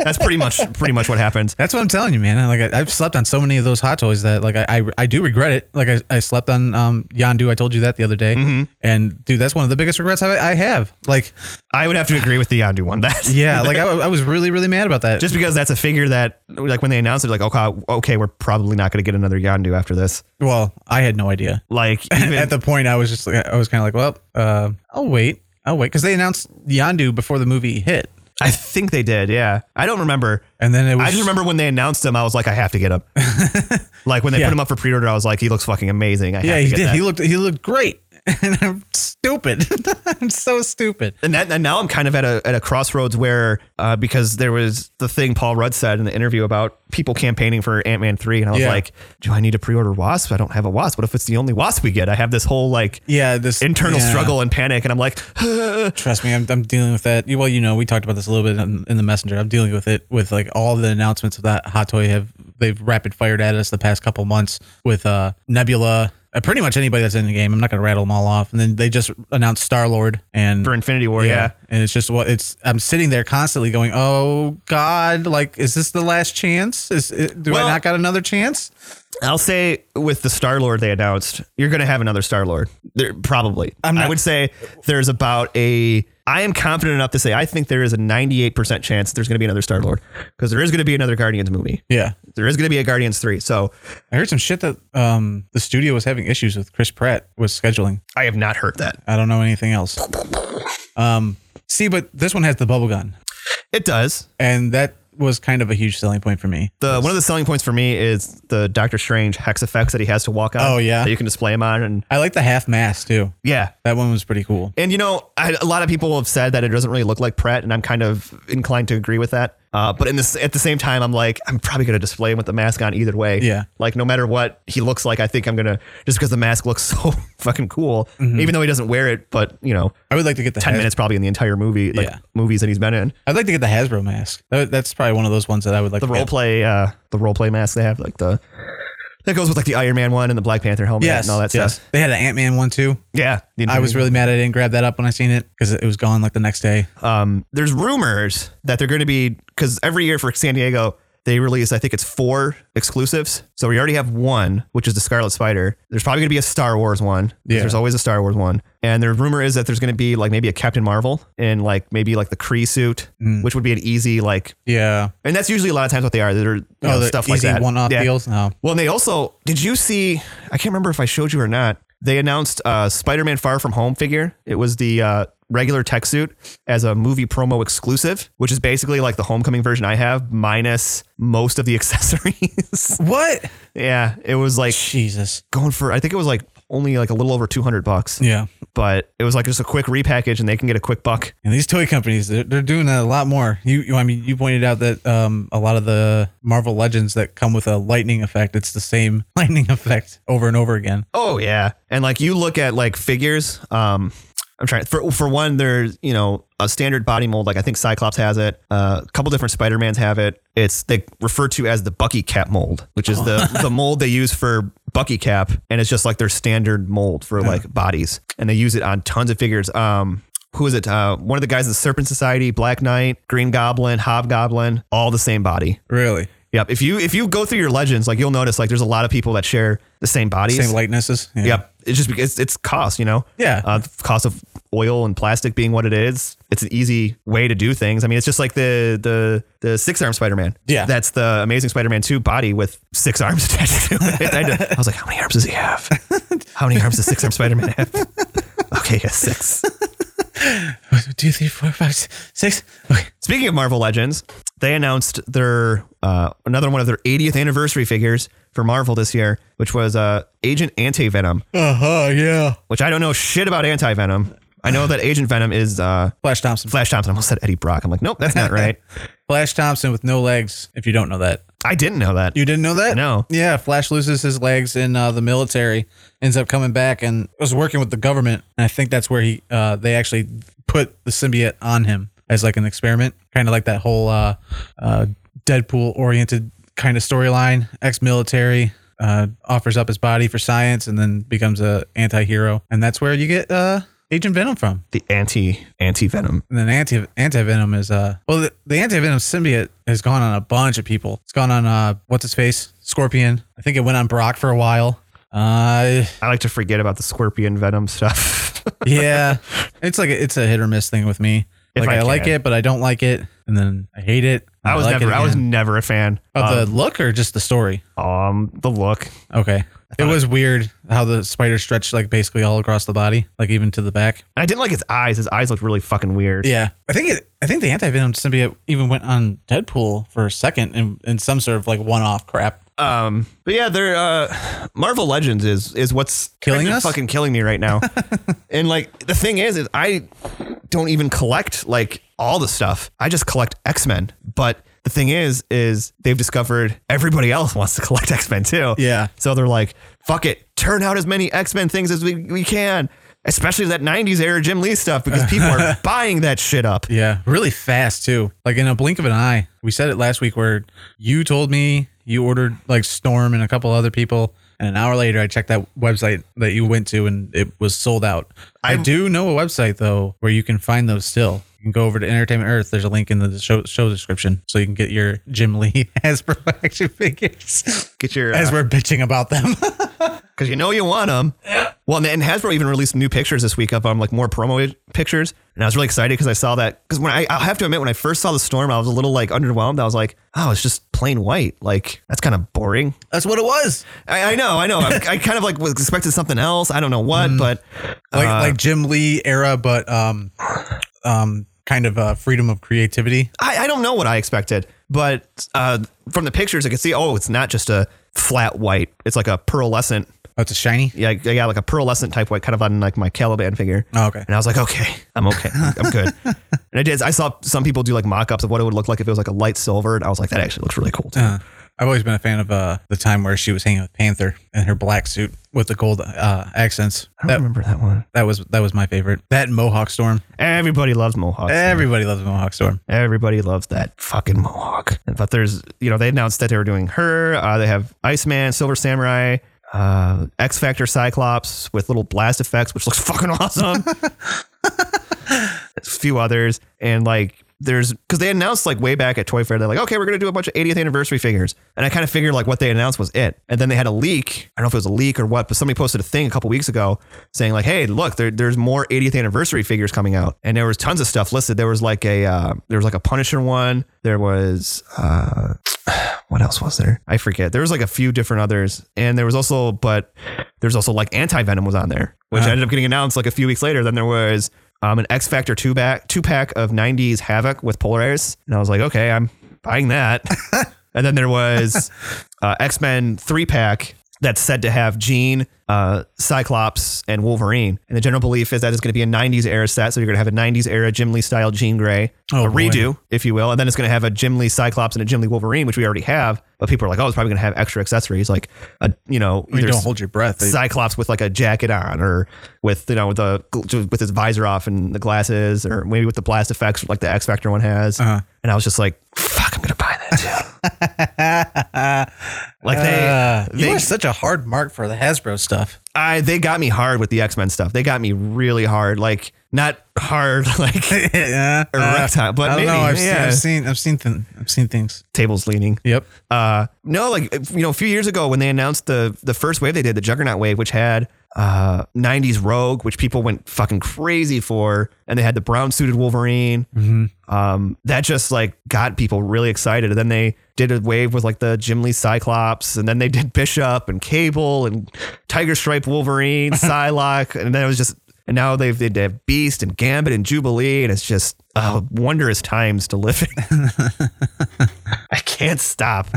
Speaker 1: that's pretty much pretty much what happened.
Speaker 2: That's what I'm telling you, man. I- Like I, I've slept on so many of those hot toys that like I I, I do regret it. Like I, I slept on um Yandu. I told you that the other day,
Speaker 1: Mm-hmm.
Speaker 2: and dude, that's one of the biggest regrets I, I have. Like
Speaker 1: I would have to agree with the Yondu one. That
Speaker 2: yeah, like I, I was really really mad about that.
Speaker 1: just because that's a figure that like when they announced it like okay okay we're probably not going to get another Yandu after this
Speaker 2: well, I had no idea.
Speaker 1: like even,
Speaker 2: At the point, I was just like, I was kind of like, well, uh, I'll wait, I'll wait, because they announced Yandu before the movie hit,
Speaker 1: I think they did yeah I don't remember
Speaker 2: and then it was
Speaker 1: I just remember when they announced him I was like I have to get him like when they
Speaker 2: Yeah.
Speaker 1: put him up for pre-order I was like he looks fucking amazing I have
Speaker 2: yeah,
Speaker 1: to
Speaker 2: he
Speaker 1: get
Speaker 2: did.
Speaker 1: that.
Speaker 2: He looked he looked great, and I'm stupid. I'm so stupid.
Speaker 1: and, that, and now I'm kind of at a, at a crossroads where, uh, because there was the thing Paul Rudd said in the interview about people campaigning for Ant Man 3. And I was
Speaker 2: Yeah.
Speaker 1: like, do I need to pre order Wasp? I don't have a Wasp. What if it's the only Wasp we get? I have this whole like
Speaker 2: Yeah, this
Speaker 1: internal
Speaker 2: yeah.
Speaker 1: struggle and panic. And I'm like,
Speaker 2: Trust me, I'm, I'm dealing with that. You- Well, you know, we talked about this a little bit in, in the messenger. I'm dealing with it with like all the announcements of that Hot Toy have they've rapid fired at us the past couple months with uh Nebula, uh, pretty much anybody that's in the game. I'm not gonna rattle them all off. And then they just announced Star Lord and Oh,
Speaker 1: for Infinity War, yeah.
Speaker 2: and it's just what it's. I'm sitting there constantly going, "Oh God! Like, is this the last chance? Is it, do
Speaker 1: Well-
Speaker 2: I not got another chance?"
Speaker 1: I'll say with the Star Lord they announced, you're going to have another Star Lord. There probably. I would say there's about a. I am confident enough to say I think there is a 98% chance there's going to be another Star Lord because there is going to be another Guardians movie.
Speaker 2: Yeah,
Speaker 1: There is going to be a Guardians three. So
Speaker 2: I heard some shit that um the studio was having issues with Chris Pratt was scheduling.
Speaker 1: I have not heard that.
Speaker 2: I don't know anything else. Um, see, but this one has the bubble gun,
Speaker 1: It does.
Speaker 2: and that was kind of a huge selling point for me.
Speaker 1: The one of the selling points for me is the Doctor Strange hex effects that he has to walk on.
Speaker 2: Oh, yeah.
Speaker 1: that you can display him on, and
Speaker 2: I like the half mask too.
Speaker 1: yeah,
Speaker 2: That one was pretty cool.
Speaker 1: And you know, I, a lot of people have said that it doesn't really look like Pratt, and I'm kind of inclined to agree with that. Uh, but in this, at the same time, I'm like, I'm probably going to display him with the mask on either way.
Speaker 2: Yeah.
Speaker 1: Like, no matter what he looks like, I think I'm going to just because the mask looks so fucking cool,
Speaker 2: Mm-hmm.
Speaker 1: even though he doesn't wear it. But you know,
Speaker 2: I would like to get the
Speaker 1: ten
Speaker 2: Has-
Speaker 1: minutes probably in the entire movie, like
Speaker 2: Yeah.
Speaker 1: movies that he's been in.
Speaker 2: I'd like to get the Hasbro mask. That- that's probably one of those ones that I would like.
Speaker 1: The
Speaker 2: to
Speaker 1: role
Speaker 2: get.
Speaker 1: play, uh, the role play mask they have, like the that goes with like the Iron Man one and the Black Panther helmet
Speaker 2: Yes,
Speaker 1: and all that
Speaker 2: yes.
Speaker 1: stuff. Mm-hmm.
Speaker 2: They had an Ant Man one too.
Speaker 1: Yeah. The
Speaker 2: I was really mad I didn't grab that up when I seen it because it was gone like the next day.
Speaker 1: um, there's rumors that they're going to be because every year for San Diego they release I think it's four exclusives. So we already have one, which is the Scarlet Spider. There's probably going to be a Star Wars one. 'cause
Speaker 2: Yeah.
Speaker 1: There's always a Star Wars one, and the rumor is that there's going to be like maybe a Captain Marvel and like maybe like the Kree suit,
Speaker 2: Hmm.
Speaker 1: which would be an easy like.
Speaker 2: Yeah.
Speaker 1: And that's usually a lot of times what they are. They're you know,
Speaker 2: Oh, the
Speaker 1: stuff like
Speaker 2: easy
Speaker 1: that.
Speaker 2: one-off
Speaker 1: Yeah.
Speaker 2: deals. No.
Speaker 1: Well, and they also did you see? I can't remember if I showed you or not. They announced uh, Spider-Man Far From Home figure. It was the uh, regular tech suit as a movie promo exclusive, which is basically like the Homecoming version I have, minus most of the accessories.
Speaker 2: What?
Speaker 1: yeah, it was like
Speaker 2: Jesus.
Speaker 1: going for. I think it was like only like a little over two hundred bucks,
Speaker 2: Yeah.
Speaker 1: but it was like just a quick repackage, and they can get a quick buck.
Speaker 2: And these toy companies, they're, they're doing that a lot more. You, you, I mean, you pointed out that um, a lot of the Marvel Legends that come with a lightning effect, it's the same lightning effect over and over again.
Speaker 1: Oh yeah, and like you look at like figures. Um, I'm trying for for one. There's you know a standard body mold like I think Cyclops has it. Uh, a couple different Spider Mans have it. It's they refer to as the Bucky Cap mold, which is the the mold they use for Bucky Cap, and it's just like their standard mold for like bodies, and they use it on tons of figures. Um, who is it? Uh, one of the guys in the Serpent Society, Black Knight, Green Goblin, Hobgoblin, all the same body.
Speaker 2: Really?
Speaker 1: Yep. If you if you go through your legends, like you'll notice, like there's a lot of people that share the same bodies.
Speaker 2: Same likenesses? Yeah.
Speaker 1: Yep. It's just because it's cost, you know?
Speaker 2: Yeah.
Speaker 1: Uh, the cost of oil and plastic being what it is. It's an easy way to do things. I mean, it's just like the the the six arm Spider Man.
Speaker 2: Yeah.
Speaker 1: That's the Amazing Spider Man 2 body with six arms attached to it. I, had to- I was like, how many arms does he have? How many arms does six arm Spider Man have? Okay, yeah, six.
Speaker 2: Two, three, four, five, six. Okay.
Speaker 1: Speaking of Marvel Legends, they announced their uh, another one of their 80th anniversary figures for Marvel this year, which was uh, Agent Anti Venom,
Speaker 2: Uh huh. Yeah.
Speaker 1: which I don't know shit about Anti Venom. I know that Agent Venom is uh,
Speaker 2: Flash Thompson.
Speaker 1: Flash Thompson. I almost said Eddie Brock. I'm like, nope, that's not right.
Speaker 2: Flash Thompson with no legs. If you don't know that,
Speaker 1: I didn't know that.
Speaker 2: you didn't know that.
Speaker 1: No.
Speaker 2: Yeah. Flash loses his legs in uh, the military. Ends up coming back and was working with the government. And I think that's where he uh, they actually put the symbiote on him as like an experiment, kind of like that whole uh, uh, Deadpool oriented kind of storyline. Ex military. Uh, offers up his body for science and then becomes a anti-hero and that's where you get uh, agent venom from
Speaker 1: The anti anti Venom.
Speaker 2: And then anti anti venom is uh well the, the anti venom symbiote has gone on a bunch of people. It's gone on uh what's his face Scorpion. I think it went on Brock for a while. Uh
Speaker 1: I like to forget about the Scorpion Venom stuff.
Speaker 2: yeah, it's like a, it's a hit or miss thing with me.
Speaker 1: If
Speaker 2: Like
Speaker 1: I
Speaker 2: I, like
Speaker 1: can.
Speaker 2: it, but I don't like it, and then I hate it. and
Speaker 1: I was
Speaker 2: like
Speaker 1: never
Speaker 2: it
Speaker 1: I was um,
Speaker 2: again.
Speaker 1: never a fan
Speaker 2: of the look or just the story.
Speaker 1: um the look.
Speaker 2: Okay, it was weird how the spider stretched like basically all across the body, like even to the back.
Speaker 1: And I didn't like his eyes. His eyes looked really fucking weird.
Speaker 2: Yeah, I think it. I think the anti venom symbiote even went on Deadpool for a second in, in some sort of like one off crap.
Speaker 1: Um, but yeah, they're uh, Marvel Legends is is what's
Speaker 2: Killing us?
Speaker 1: fucking killing me right now. and like the thing is, is I don't even collect like all the stuff. I just collect X Men. But the thing is, is they've discovered everybody else wants to collect X Men too.
Speaker 2: Yeah.
Speaker 1: So they're like, fuck it, turn out as many X Men things as we, we can. Especially that '90s era Jim Lee stuff because people are buying that shit up.
Speaker 2: Yeah, really fast too. Like in a blink of an eye. We said it last week where you told me you ordered like Storm and a couple other people, and an hour later I checked that website that you went to and it was sold out. i do know a website though where you can find those still. You can go over to Entertainment Earth. There's a link in the show, show description so you can get your Jim Lee Hasbro action figures
Speaker 1: Get your uh,
Speaker 2: as we're bitching about them.
Speaker 1: because you know you want them. Well, and- and Hasbro even released new pictures this week of um, like more promo i- pictures, and I was really excited because I saw that. Because when I, I have to admit, when I first saw the storm, I was a little like underwhelmed. I was like, oh, it's just plain white. Like that's kind of boring.
Speaker 2: That's what it was.
Speaker 1: I, I know, I know. I, I kind of like was expected something else. I don't know what, but
Speaker 2: like like Jim Lee era, but um, um, kind of uh, freedom of creativity.
Speaker 1: I, I don't know what I expected. But uh, from the pictures, I could see, oh, it's not just a flat white. It's like a pearlescent.
Speaker 2: Oh, it's a shiny.
Speaker 1: Yeah, I I got like a pearlescent type white, kind of on like my Caliban figure.
Speaker 2: Oh, okay.
Speaker 1: And I was like, okay, I'm okay. I'm good. and I did. I saw some people do like mock ups of what it would look like if it was like a light silver. And I was like, that actually looks really cool. Too.
Speaker 2: Uh, I've always been a fan of uh, the time where she was hanging with Panther in her black suit with the gold uh, accents.
Speaker 1: I
Speaker 2: That,
Speaker 1: don't remember that one.
Speaker 2: that was that was my favorite. That and Mohawk Storm.
Speaker 1: Everybody loves Mohawk.
Speaker 2: Everybody loves Mohawk Storm.
Speaker 1: Everybody loves that fucking Mohawk. But there's, you know, they announced that they were doing her. Uh, they have Iceman, Silver Samurai, uh, X Factor Cyclops with little blast effects, which looks fucking awesome. a few others. And like, there's because they announced like way back at Toy Fair, they're like, okay, we're gonna do a bunch of 80th anniversary figures, and I kind of figured like what they announced was it, and then they had a leak. I don't know if it was a leak or what, but somebody posted a thing a couple weeks ago saying like, hey, look, there, there's more 80th anniversary figures coming out, and there was tons of stuff listed. There was like a uh, there was like a Punisher one. There was uh, what else was there? I forget. There was like a few different others, and there was also, but there's also like Anti Venom was on there, which
Speaker 2: Uh-huh.
Speaker 1: ended up getting announced like a few weeks later. Then there was um, an X Factor two pack two pack of '90s Havoc with Polaris, and I was like, okay, I'm buying that. and then there was uh, X Men three pack. that's said to have Jean, uh, Cyclops, and Wolverine. And the general belief is that it's going to be a 90s era set. So you're going to have a 90s era Jim Lee style Jean Grey,
Speaker 2: Oh,
Speaker 1: a
Speaker 2: boy.
Speaker 1: redo, if you will. And then it's going to have a Jim Lee Cyclops and a Jim Lee Wolverine, which we already have. But people are like, oh, it's probably going to have extra accessories, like, a, you know,
Speaker 2: I mean,
Speaker 1: either
Speaker 2: don't hold your breath. They-
Speaker 1: Cyclops with like a jacket on, or with you know with the with his visor off and the glasses, or maybe with the blast effects like the X Factor one has.
Speaker 2: Uh-huh.
Speaker 1: And I was just like, "Fuck, I'm gonna buy that." Too. like they,
Speaker 2: Uh, you
Speaker 1: they-
Speaker 2: are such a hard mark for the Hasbro stuff.
Speaker 1: I they got me hard with the X Men stuff. They got me really hard, like not hard like
Speaker 2: yeah.
Speaker 1: erectile, but
Speaker 2: I don't
Speaker 1: maybe
Speaker 2: know. I've,
Speaker 1: yeah,
Speaker 2: seen, I've seen, I've seen, th- I've seen things.
Speaker 1: tables leaning.
Speaker 2: Yep.
Speaker 1: Uh, no, like you know, a few years ago when they announced the the first wave they did, the Juggernaut wave, which had uh 90s Rogue, which people went fucking crazy for, and they had the brown suited Wolverine. Um, that just like got people really excited. And then they did a wave with like the Jim Lee Cyclops, and then they did Bishop and Cable and Tiger Stripe Wolverine, Psylocke, and then it was just. And now they've they have Beast and Gambit and Jubilee, and it's just uh, wondrous times to live in. I can't stop.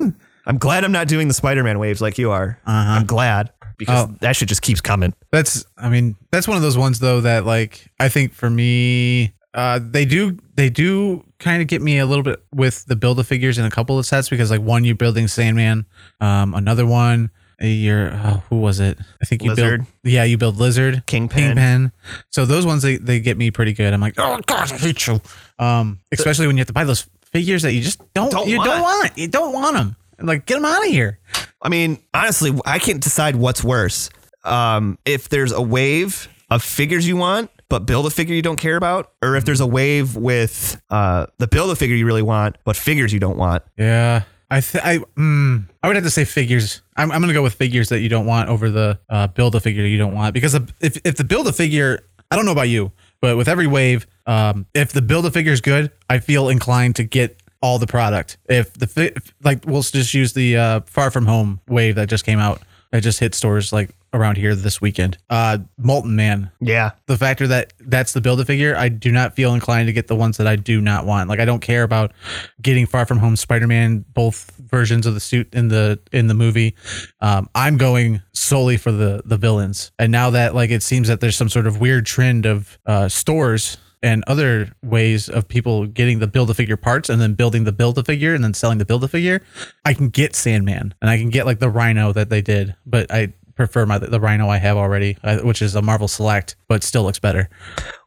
Speaker 1: I'm glad I'm not doing the Spider-Man waves like you are. I'm glad because that shit just keeps coming.
Speaker 2: That's, I mean, that's one of those ones though that like I think for me, uh, they do they do kind of get me a little bit with the build a figures in a couple of sets because like one you're building Sandman, um, another one you're oh, who was it? I think you
Speaker 1: Lizard.
Speaker 2: build yeah you build lizard
Speaker 1: Kingpin.
Speaker 2: Kingpin. So those ones they they get me pretty good. I'm like oh god I hate you. Um, especially when you have to buy those figures that you just don't,
Speaker 1: Don't
Speaker 2: you don't
Speaker 1: want.
Speaker 2: want you don't want them. Like get them out of here.
Speaker 1: I mean, honestly, I can't decide what's worse. Um, if there's a wave of figures you want, but build a figure you don't care about, or if there's a wave with uh, the build a figure you really want, but figures you don't want.
Speaker 2: Yeah. I th- I mm, I would have to say figures. I'm, I'm gonna go with figures that you don't want over the uh, build a figure you don't want because the- if if the build a figure, I don't know about you, but with every wave, um, if the build a figure is good, I feel inclined to get all the product. If the fi- like, we'll just use the uh, Far From Home wave that just came out that just hit stores like around here this weekend. Uh, Molten Man,
Speaker 1: Yeah.
Speaker 2: the factor that that's the build a figure, I do not feel inclined to get the ones that I do not want. Like I don't care about getting Far From Home Spider Man, both versions of the suit in the in the movie. Um, I'm going solely for the the villains. And now that like it seems that there's some sort of weird trend of uh, stores and other ways of people getting the build a figure parts and then building the build a figure and then selling the build a figure, I can get Sandman and I can get like the Rhino that they did, but I prefer my the Rhino I have already, uh, which is a Marvel Select, but still looks better.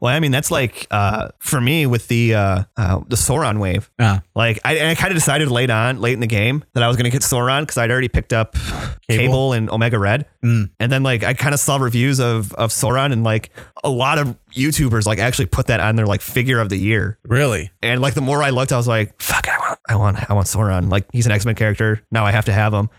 Speaker 1: Well, I mean, that's like uh, for me with the uh, uh, the Sauron wave.
Speaker 2: Uh,
Speaker 1: Like I, and I kind of decided late on, late in the game, that I was going to get Sauron because I'd already picked up Cable, and Omega Red, and then like I kind of saw reviews of of Sauron and like a lot of YouTubers like actually put that on their like figure of the year,
Speaker 2: really?
Speaker 1: and like the more I looked, I was like, fuck, I want, I want, I want Sauron. Like he's an X Men character now, I have to have him.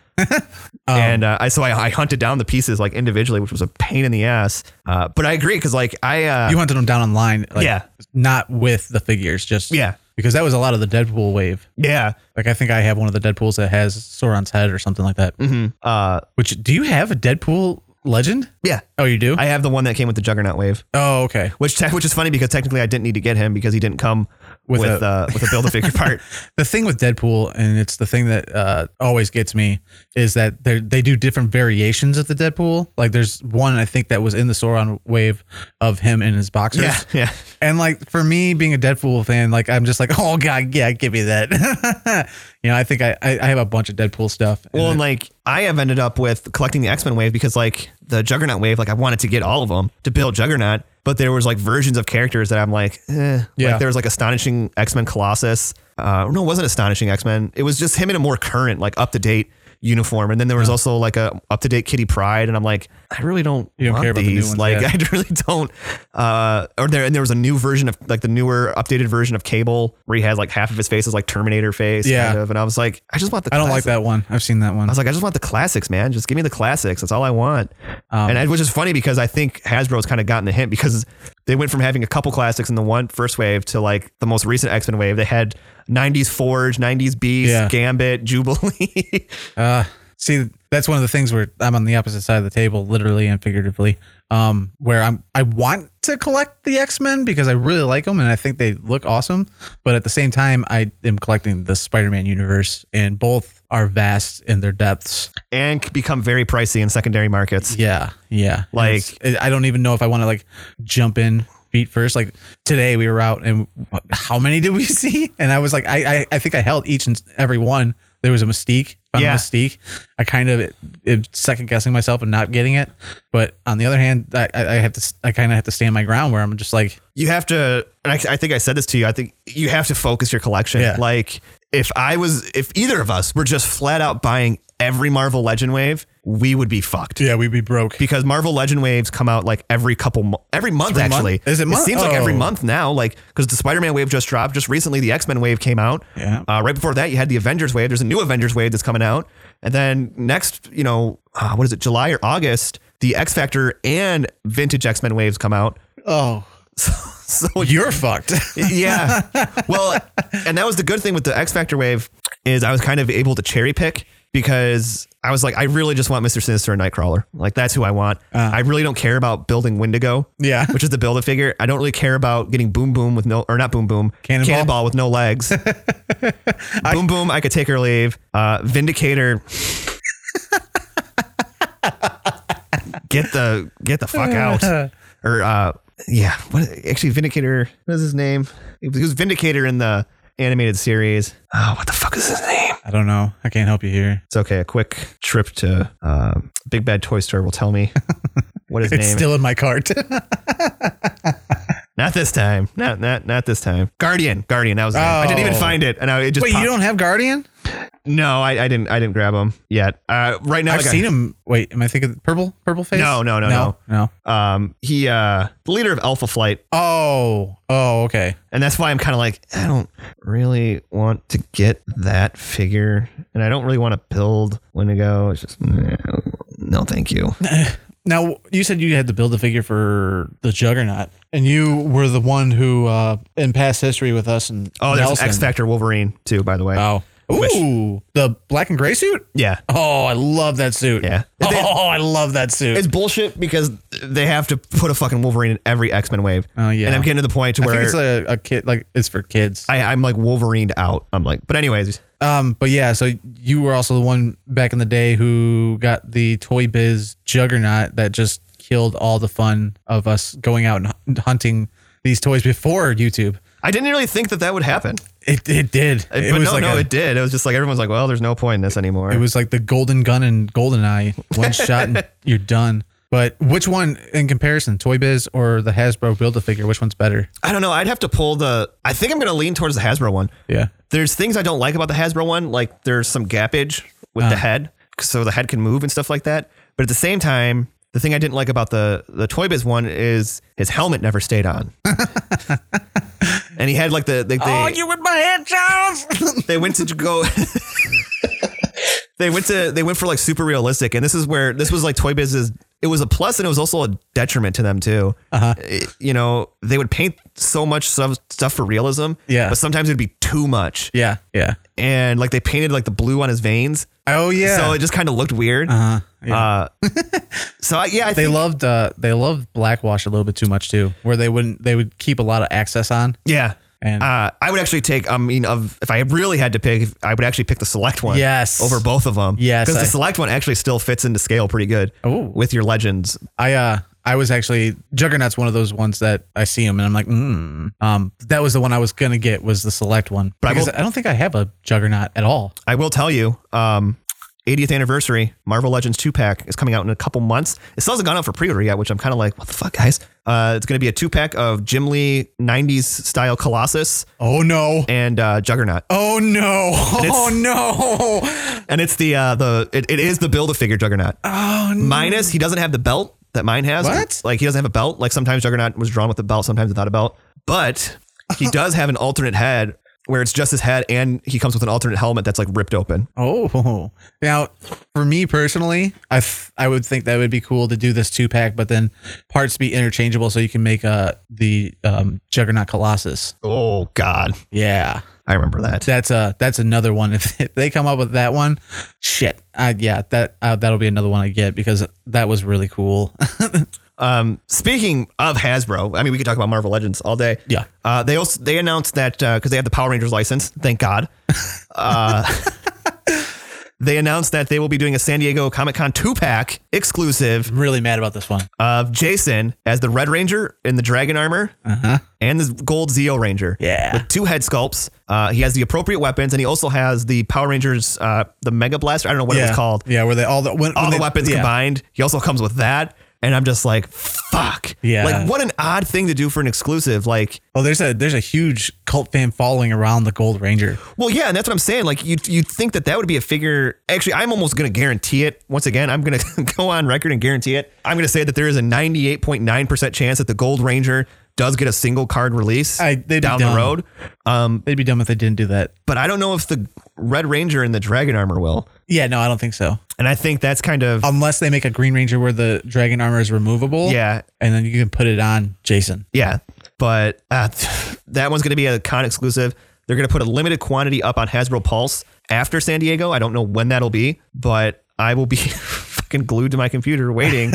Speaker 1: and uh, I so I, I hunted down the pieces like individually, which was a pain in the ass. Uh, but I agree because like I uh,
Speaker 2: You hunted them down online, like,
Speaker 1: Yeah.
Speaker 2: not with the figures, just
Speaker 1: Yeah.
Speaker 2: because that was a lot of the Deadpool wave.
Speaker 1: yeah
Speaker 2: Like I think I have one of the Deadpools that has Sauron's head or something like that.
Speaker 1: uh,
Speaker 2: Which do you have a Deadpool legend?
Speaker 1: yeah
Speaker 2: Oh, you do?
Speaker 1: I have the one that came with the Juggernaut wave.
Speaker 2: oh, okay.
Speaker 1: which te- which is funny because technically I didn't need to get him because he didn't come
Speaker 2: With
Speaker 1: with,
Speaker 2: a-
Speaker 1: uh, with a build a figure part.
Speaker 2: The thing with Deadpool, and it's the thing that uh, always gets me, is that they they do different variations of the Deadpool. Like there's one I think that was in the Sauron wave of him in his boxers.
Speaker 1: Yeah, yeah.
Speaker 2: And like for me being a Deadpool fan, like I'm just like, oh god, yeah, give me that. you know, I think I, I I have a bunch of Deadpool stuff.
Speaker 1: Well, and like I have ended up with collecting the X Men wave because like the Juggernaut wave, like I wanted to get all of them to build Juggernaut, but there was like versions of characters that I'm like, eh.
Speaker 2: Yeah.
Speaker 1: Like there was like astonishing X Men Colossus. Uh, no, it wasn't astonishing X Men. It was just him in a more current, like up to date uniform. And then there was also like a up to date Kitty Pride, and I'm like, I really don't,
Speaker 2: You don't
Speaker 1: want
Speaker 2: care about the new
Speaker 1: these.
Speaker 2: ones,
Speaker 1: like
Speaker 2: yeah.
Speaker 1: I really don't. Uh, or there and there was a new version of like the newer updated version of Cable where he has like half of his face is like Terminator face.
Speaker 2: Yeah.
Speaker 1: Kind of, and I was like, I just want the.
Speaker 2: I don't
Speaker 1: classic
Speaker 2: like that one. I've seen that one.
Speaker 1: I was like, I just want the classics, man. Just give me the classics. That's all I want.
Speaker 2: Um,
Speaker 1: and I, which is funny because I think Hasbro's kind of gotten the hint because they went from having a couple classics in the one first wave to like the most recent X Men wave. They had 90s Forge, 90s Beast,
Speaker 2: Yeah.
Speaker 1: Gambit, Jubilee.
Speaker 2: Uh, see, that's one of the things where I'm on the opposite side of the table, literally and figuratively. um, where I'm I want to collect the X Men because I really like them and I think they look awesome. But at the same time, I am collecting the Spider Man universe, and both are vast in their depths.
Speaker 1: and c- become very pricey in secondary markets.
Speaker 2: Yeah, yeah.
Speaker 1: Like-
Speaker 2: It's- it- I don't even know if I want to like jump in feet first. Like today we were out and what- how many did we see? And I was like, I I, I think I held each and every one. There was a mystique. Found
Speaker 1: Yeah.
Speaker 2: a mystique. I kind of it, second guessing myself and not getting it. But on the other hand, I, I I have to s- I kind of have to stand my ground where I'm just like,
Speaker 1: You have to, and I, I think I said this to you. I think you have to focus your collection.
Speaker 2: Yeah.
Speaker 1: Like if I was, if either of us were just flat out buying every Marvel Legend Wave, we would be fucked.
Speaker 2: yeah, we'd be broke.
Speaker 1: Because Marvel Legend Waves come out like every couple, mo- every month
Speaker 2: month?
Speaker 1: actually.
Speaker 2: Is it month?
Speaker 1: seems like every
Speaker 2: Oh.
Speaker 1: month now, like because the Spider Man wave just dropped just recently. The X Men wave came out.
Speaker 2: Yeah.
Speaker 1: Uh, right before that, you had the Avengers wave. There's a new Avengers wave that's coming out, and then next, you know, uh, what is it, July or August? The X Factor and Vintage X Men waves come out.
Speaker 2: Oh,
Speaker 1: So
Speaker 2: you're fucked.
Speaker 1: yeah. Well, and that was the good thing with the X Factor wave is I was kind of able to cherry pick because I was like, I really just want Mister Sinister and Nightcrawler. Like that's who I want. I really don't care about building Wendigo.
Speaker 2: Uh-huh. Yeah.
Speaker 1: Which is the build a figure. I don't really care about getting Boom Boom with no or not Boom Boom
Speaker 2: Cannonball?
Speaker 1: with no legs. boom Boom. I could take or leave. Uh, Vindicator. get the get the fuck out. Or uh yeah, what actually Vindicator what is his name? He was Vindicator in the animated series. Oh, what the fuck is his name?
Speaker 2: I don't know. I can't help you here.
Speaker 1: It's okay. A quick trip to um, Big Bad Toy Store will tell me what his
Speaker 2: It's
Speaker 1: name.
Speaker 2: still in my cart.
Speaker 1: not this time. Not not not this time. Guardian. Guardian. That was. the name. I didn't even
Speaker 2: Oh.
Speaker 1: find it, and I it just.
Speaker 2: Wait,
Speaker 1: popped-
Speaker 2: you don't have Guardian?
Speaker 1: No, I, I didn't. I didn't grab him yet. Uh, right now,
Speaker 2: I've
Speaker 1: like, I-
Speaker 2: seen him. Wait, am I thinking purple? Purple face?
Speaker 1: No, no, no,
Speaker 2: no, no.
Speaker 1: Um, he uh, the leader of Alpha Flight,
Speaker 2: Oh, oh, okay.
Speaker 1: and that's why I'm kind of like I don't really want to get that figure, and I don't really want to build Wendigo. It's just no, no, thank you.
Speaker 2: Now you said you had to build a figure for the Juggernaut, and you were the one who, uh, in past history with us, and
Speaker 1: Oh, there's
Speaker 2: Nelson. Oh.
Speaker 1: X Factor Wolverine too, by the way.
Speaker 2: Wow. Ooh, the black and gray suit.
Speaker 1: Yeah,
Speaker 2: Oh, I love that suit.
Speaker 1: Yeah.
Speaker 2: Oh, I love that suit.
Speaker 1: it's bullshit because they have to put a fucking Wolverine in every X Men wave.
Speaker 2: Oh, yeah.
Speaker 1: and I'm getting to the point to
Speaker 2: I
Speaker 1: where
Speaker 2: think it's a, a kid like it's for kids.
Speaker 1: I, I'm like Wolverined out. I'm like, but anyways,
Speaker 2: Um, but yeah, so you were also the one back in the day who got the Toy Biz juggernaut that just killed all the fun of us going out and hun- hunting these toys before YouTube.
Speaker 1: I didn't really think that that would happen.
Speaker 2: It, it did. It,
Speaker 1: Uh, but
Speaker 2: was
Speaker 1: no,
Speaker 2: like
Speaker 1: no,
Speaker 2: a-
Speaker 1: it did. It was just like everyone's like, well, there's no point in this anymore.
Speaker 2: it was like the golden gun and golden eye. One shot and you're done. But which one in comparison, Toy Biz or the Hasbro Build a Figure, which one's better?
Speaker 1: I don't know. I'd have to pull the. I think I'm going to lean towards the Hasbro one.
Speaker 2: Yeah.
Speaker 1: There's things I don't like about the Hasbro one. Like there's some gappage with the head, so the head can move and stuff like that. But at the same time, the thing I didn't like about the the Toy Biz one is his helmet never stayed on. and he had like the they, they,
Speaker 2: with my head, Charles.
Speaker 1: they went to go. they went to they went for like super realistic, and this is where this was like Toy Biz's. It was a plus, and it was also a detriment to them too. Uh-huh. you know, they would paint so much stuff stuff for realism,
Speaker 2: Yeah.
Speaker 1: but sometimes it'd be too much,
Speaker 2: yeah. Yeah.
Speaker 1: and like they painted like the blue on his veins,
Speaker 2: Oh yeah.
Speaker 1: so it just kind of looked weird. Uh-huh. so I, yeah, I
Speaker 2: They
Speaker 1: think,
Speaker 2: loved uh, they loved blackwash a little bit too much too, where they wouldn't they would keep a lot of access on.
Speaker 1: yeah.
Speaker 2: And-
Speaker 1: uh, I would actually take. I mean, of if I really had to pick, I would actually pick the select one.
Speaker 2: Yes.
Speaker 1: over both of them.
Speaker 2: Yes,
Speaker 1: because
Speaker 2: I-
Speaker 1: the select one actually still fits into scale pretty good.
Speaker 2: Oh.
Speaker 1: with your legends.
Speaker 2: I uh I was actually Juggernaut's one of those ones that I see him and I'm like, mm. um, that was the one I was gonna get was the select one,
Speaker 1: But I
Speaker 2: because
Speaker 1: will-
Speaker 2: I don't think I have a Juggernaut at all.
Speaker 1: I will tell you, um, 80th anniversary Marvel Legends two pack is coming out in a couple months. It still hasn't gone out for pre order yet, which I'm kind of like, what the fuck, guys? Uh, it's going to be a two pack of Jim Lee 90s style Colossus
Speaker 2: Oh no!
Speaker 1: and uh, Juggernaut,
Speaker 2: Oh no! Oh no!
Speaker 1: and it's the uh, the it, it is the build a figure Juggernaut.
Speaker 2: Oh no!
Speaker 1: Minus he doesn't have the belt that mine has.
Speaker 2: What?
Speaker 1: Like he doesn't have a belt. Like sometimes Juggernaut was drawn with a belt, sometimes without a belt. But he does have an alternate head where it's just his head, and he comes with an alternate helmet that's like ripped open.
Speaker 2: Oh, now for me personally, I f- I would think that would be cool to do this two pack, but then parts be interchangeable so you can make uh the um, Juggernaut Colossus.
Speaker 1: Oh God,
Speaker 2: Yeah,
Speaker 1: I remember that.
Speaker 2: that's a that's another one. If, if they come up with that one, shit, I, yeah, that uh, that'll be another one I get because that was really cool.
Speaker 1: Um, speaking of Hasbro, I mean, we could talk about Marvel Legends all day.
Speaker 2: Yeah.
Speaker 1: Uh, they also they announced that because they have the Power Rangers license, thank God. Uh, they announced that they will be doing a San Diego Comic Con two pack exclusive
Speaker 2: I'm really mad about this one.
Speaker 1: of Jason as the Red Ranger in the dragon armor and the gold Zeo Ranger.
Speaker 2: Uh-huh. Yeah.
Speaker 1: With two head sculpts. Uh, he has the appropriate weapons and he also has the Power Rangers, uh, the Mega Blaster. I don't know what it was called.
Speaker 2: Yeah, where they all the when,
Speaker 1: All
Speaker 2: when
Speaker 1: the
Speaker 2: they-
Speaker 1: weapons
Speaker 2: yeah.
Speaker 1: combined. He also comes with that. And I'm just like, fuck.
Speaker 2: Yeah.
Speaker 1: Like, what an odd thing to do for an exclusive. Like,
Speaker 2: Well, Oh, there's a there's a huge cult fan following around the Gold Ranger.
Speaker 1: Well, yeah, and that's what I'm saying. Like, you you'd think that that would be a figure. Actually, I'm almost going to guarantee it. Once again, I'm going to go on record and guarantee it. I'm going to say that there is a 98.9% chance that the Gold Ranger does get a single card release
Speaker 2: I- they'd be
Speaker 1: down the
Speaker 2: dumb.
Speaker 1: road.
Speaker 2: They'd be dumb if they didn't do that.
Speaker 1: But I don't know if the Red Ranger and the Dragon Armor will.
Speaker 2: Yeah, no, I don't think so.
Speaker 1: And I think that's kind of.
Speaker 2: Unless they make a Green Ranger where the dragon armor is removable.
Speaker 1: Yeah.
Speaker 2: and then you can put it on Jason.
Speaker 1: Yeah, but uh, that one's going to be a con exclusive. They're going to put a limited quantity up on Hasbro Pulse after San Diego. I don't know when that'll be, but I will be fucking glued to my computer waiting,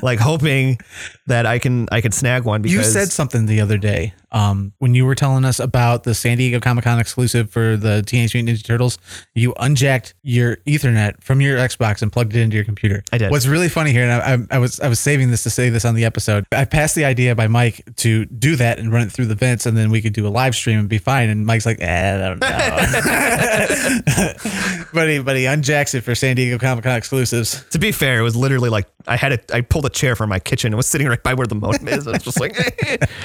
Speaker 1: like hoping that I can I can snag one. Because
Speaker 2: You said something the other day um, when you were telling us about the San Diego Comic Con exclusive for the Teenage Mutant Ninja Turtles. You unjacked your Ethernet from your Xbox and plugged it into your computer.
Speaker 1: I did.
Speaker 2: What's really funny here, and I, I, I was I was saving this to say this on the episode. I passed the idea by Mike to do that and run it through the vents, and then we could do a live stream and be fine. And Mike's like, eh, I don't know. but he but he unjacks it for San Diego Comic Con exclusives.
Speaker 1: to be fair, it was literally like I had a I pulled a chair from my kitchen and was sitting right by where the modem is. I was just like,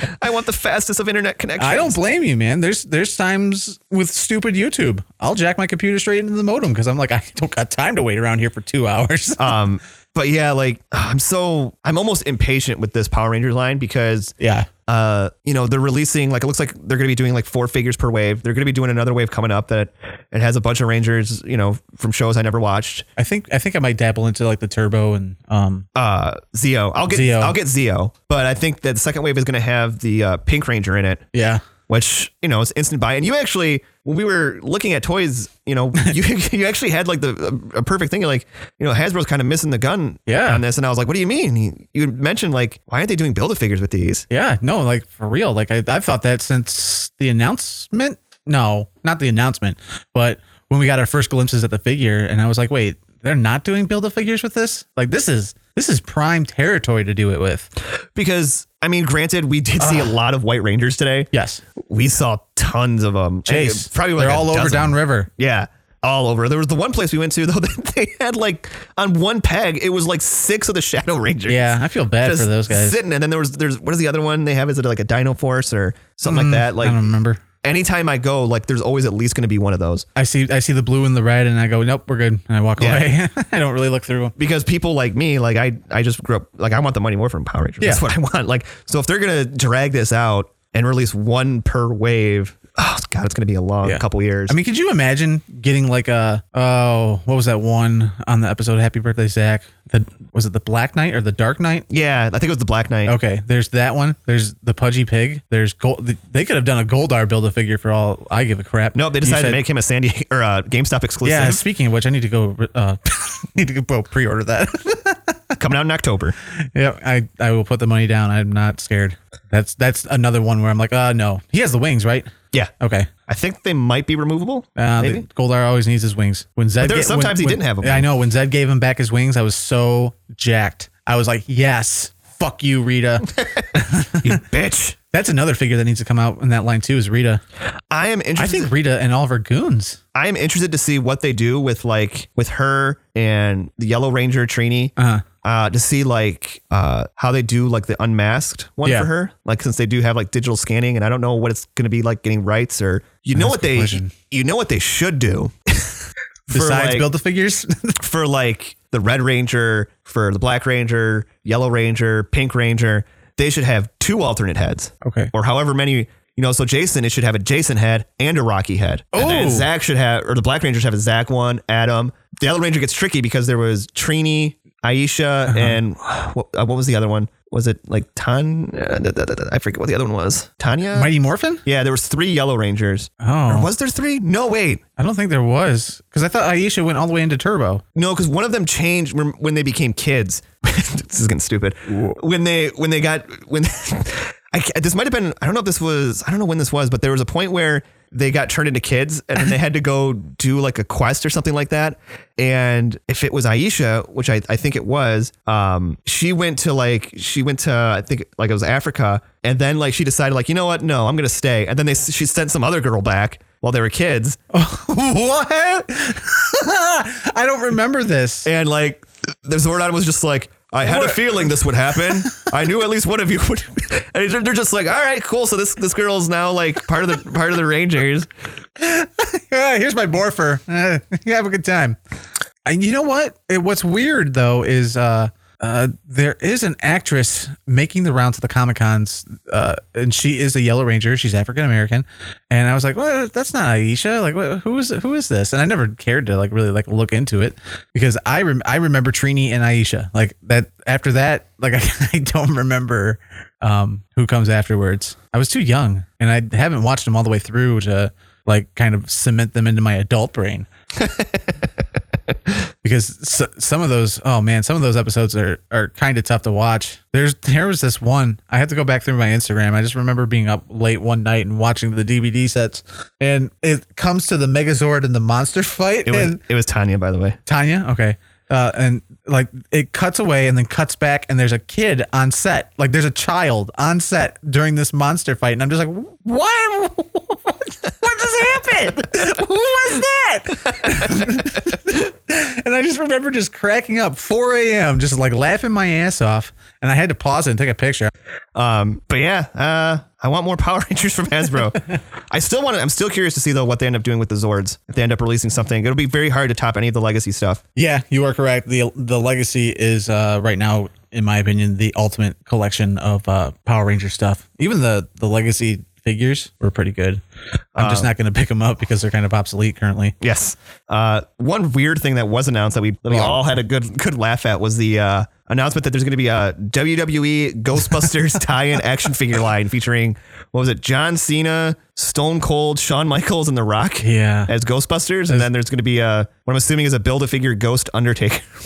Speaker 1: I want the fastest of internet connection.
Speaker 2: I don't blame you, man. There's there's times with stupid YouTube. I'll jack my computer straight into the modem because I'm like, I don't got time to wait around here for two hours.
Speaker 1: Um, but yeah, like I'm so I'm almost impatient with this Power Rangers line because
Speaker 2: yeah.
Speaker 1: uh, you know, they're releasing like it looks like they're going to be doing like four figures per wave. They're going to be doing another wave coming up that it has a bunch of rangers, you know, from shows I never watched.
Speaker 2: I think I think I might dabble into like the turbo and um
Speaker 1: Uh, Zio, I'll get
Speaker 2: Zeo.
Speaker 1: I'll get Zio, but I think that the second wave is going to have the uh, Pink Ranger in it,
Speaker 2: yeah.
Speaker 1: which you know is instant buy. And you actually, when we were looking at toys, you know, you you actually had like the a, a perfect thing. You're like, you know, Hasbro's kind of missing the gun
Speaker 2: Yeah.
Speaker 1: on this, and I was like, what do you mean? You, you mentioned like, why aren't they doing build a figures with these?
Speaker 2: Yeah, no, like for real. Like I, I've thought that since the announcement. No, not the announcement, but when we got our first glimpses at the figure, and I was like, wait, they're not doing build a figures with this? Like this is this is prime territory to do it with.
Speaker 1: Because I mean, granted, we did see a lot of White Rangers today.
Speaker 2: Yes.
Speaker 1: We saw tons of them.
Speaker 2: Chase.
Speaker 1: probably like
Speaker 2: they're
Speaker 1: a
Speaker 2: all over
Speaker 1: dozen.
Speaker 2: downriver.
Speaker 1: Yeah, all over. There was the one place we went to though that they had like on one peg, it was like six of the Shadow Rangers.
Speaker 2: Yeah, I feel bad
Speaker 1: Just
Speaker 2: for those guys.
Speaker 1: sitting, and then there was there's what is the other one they have? Is it like a Dino Force or something like that?
Speaker 2: Mm, I don't
Speaker 1: Like
Speaker 2: remember.
Speaker 1: anytime I go, like there's always at least going to be one of those
Speaker 2: I see I see the blue and the red and I go, nope, we're good. And I walk away. I don't really look through them.
Speaker 1: because people like me, like I I just grew up like I want the money more from Power Rangers. That's
Speaker 2: Yeah.
Speaker 1: what I want. Like so, if they're gonna drag this out and release one per wave, oh god, it's gonna be a long
Speaker 2: Yeah.
Speaker 1: couple years.
Speaker 2: I mean, could you imagine getting like a oh, what was that one on the episode Happy Birthday Zach? The was it the Black Knight or the Dark Knight?
Speaker 1: yeah, I think it was the Black Knight.
Speaker 2: Okay, there's that one. There's the Pudgy Pig. There's gold. They could have done a Goldar build a figure for all I give a crap.
Speaker 1: No, they
Speaker 2: You
Speaker 1: decided
Speaker 2: said-
Speaker 1: to make him a San Diego or a GameStop exclusive.
Speaker 2: Yeah. Speaking of which, I need to go. Uh, need to go well, pre-order that.
Speaker 1: coming out in October.
Speaker 2: Yeah, I, I will put the money down. I'm not scared. That's that's another one where I'm like, uh no. He has the wings, right?
Speaker 1: Yeah,
Speaker 2: Okay.
Speaker 1: I think they might be removable.
Speaker 2: Oh. Uh,
Speaker 1: maybe.
Speaker 2: the Goldar always needs his wings. When Zed
Speaker 1: there were
Speaker 2: ga-
Speaker 1: some
Speaker 2: when-
Speaker 1: times he
Speaker 2: when-
Speaker 1: didn't have 'em.
Speaker 2: Yeah, I know. When Zed gave him back his wings, I was so jacked. I was like, yes, fuck you, Rita.
Speaker 1: Bitch,
Speaker 2: That's another figure that needs to come out in that line too. Is Rita?
Speaker 1: I am interested.
Speaker 2: I think Rita and all of her goons.
Speaker 1: I am interested to see what they do with like with her and the Yellow Ranger Trini.
Speaker 2: Uh-huh.
Speaker 1: Uh, to see like uh, how they do like the unmasked one
Speaker 2: Yeah.
Speaker 1: for her, like since they do have like digital scanning, and I don't know what it's going to be like getting rights or you know
Speaker 2: That's
Speaker 1: what
Speaker 2: a good
Speaker 1: they
Speaker 2: question.
Speaker 1: you know what they should do
Speaker 2: Besides
Speaker 1: like-
Speaker 2: build the figures,
Speaker 1: for like the Red Ranger, for the Black Ranger, Yellow Ranger, Pink Ranger, they should have two alternate heads.
Speaker 2: Okay.
Speaker 1: Or however many, you know, so Jason, it should have a Jason head and a Rocky head. And then
Speaker 2: Oh.
Speaker 1: Zach should have, or the Black Rangers have a Zach one, Adam.
Speaker 2: Uh-huh.
Speaker 1: The Yellow Ranger gets tricky because there was Trini, Aisha, and what, uh, what was the other one? was it like Tan? uh, da- da- da- da- I forget what the other one was. Tanya.
Speaker 2: Mighty Morphin?
Speaker 1: yeah, there was three Yellow Rangers.
Speaker 2: Oh,
Speaker 1: Or was there three? No, wait.
Speaker 2: I don't think there was because I thought Aisha went all the way into Turbo.
Speaker 1: No, because one of them changed when- when they became kids. this is getting stupid. When they when they got when I, ca- this might have been I don't know if this was I don't know when this was, but there was a point where they got turned into kids and then they had to go do like a quest or something like that. And if it was Aisha, which I, I think it was, um, she went to like she went to I think like it was Africa, and then like she decided like you know what no I'm gonna stay, and then they she sent some other girl back while they were kids,
Speaker 2: what? I don't remember this.
Speaker 1: And like the Zordon was just like, I had a feeling this would happen. I knew at least one of you would. And they're, they're just like, all right, cool. So this this girl's now like part of the part of the Rangers.
Speaker 2: Ah, here's my Morpher. Ah, you have a good time. And you know what? It- what's weird though is uh, uh, there is an actress making the rounds of the Comic Cons, uh, and she is a Yellow Ranger. She's African American, and I was like, "Well, that's not Aisha. Like, what, who is who is this?" And I never cared to like really like look into it because I rem- I remember Trini and Aisha. Like that after that, like I, don't remember um, who comes afterwards. I was too young, and I haven't watched them all the way through to like kind of cement them into my adult brain because so, some of those oh man some of those episodes are are kind of tough to watch there's there was this one i had to go back through my instagram i just remember being up late one night and watching the dvd sets and it comes to the megazord and the monster fight
Speaker 1: It was
Speaker 2: and
Speaker 1: it was Tanya, by the way.
Speaker 2: Tanya. Okay. Uh, and like it cuts away and then cuts back, and there's a kid on set. Like there's a child on set during this monster fight, and I'm just like, what? what just happened? Who was that? and I just remember just cracking up 4 a.m., just like laughing my ass off. And I had to pause it and take a picture.
Speaker 1: Um, but yeah, uh, I want more Power Rangers from Hasbro. I still want. to I'm still curious to see though what they end up doing with the Zords. If they end up releasing something, it'll be very hard to top any of the legacy stuff.
Speaker 2: Yeah, you are correct. the The legacy is uh, right now, in my opinion, the ultimate collection of uh, Power Ranger stuff. Even the the legacy figures were pretty good. I'm just not going to pick them up because they're kind of obsolete currently.
Speaker 1: Yes. Uh, one weird thing that was announced that we that we all had a good good laugh at was the uh, announcement that there's going to be a WWE Ghostbusters tie-in action figure line featuring what was it? John Cena, Stone Cold, Shawn Michaels, and The Rock.
Speaker 2: Yeah.
Speaker 1: As Ghostbusters, and then there's going to be a what I'm assuming is a build a figure Ghost Undertaker.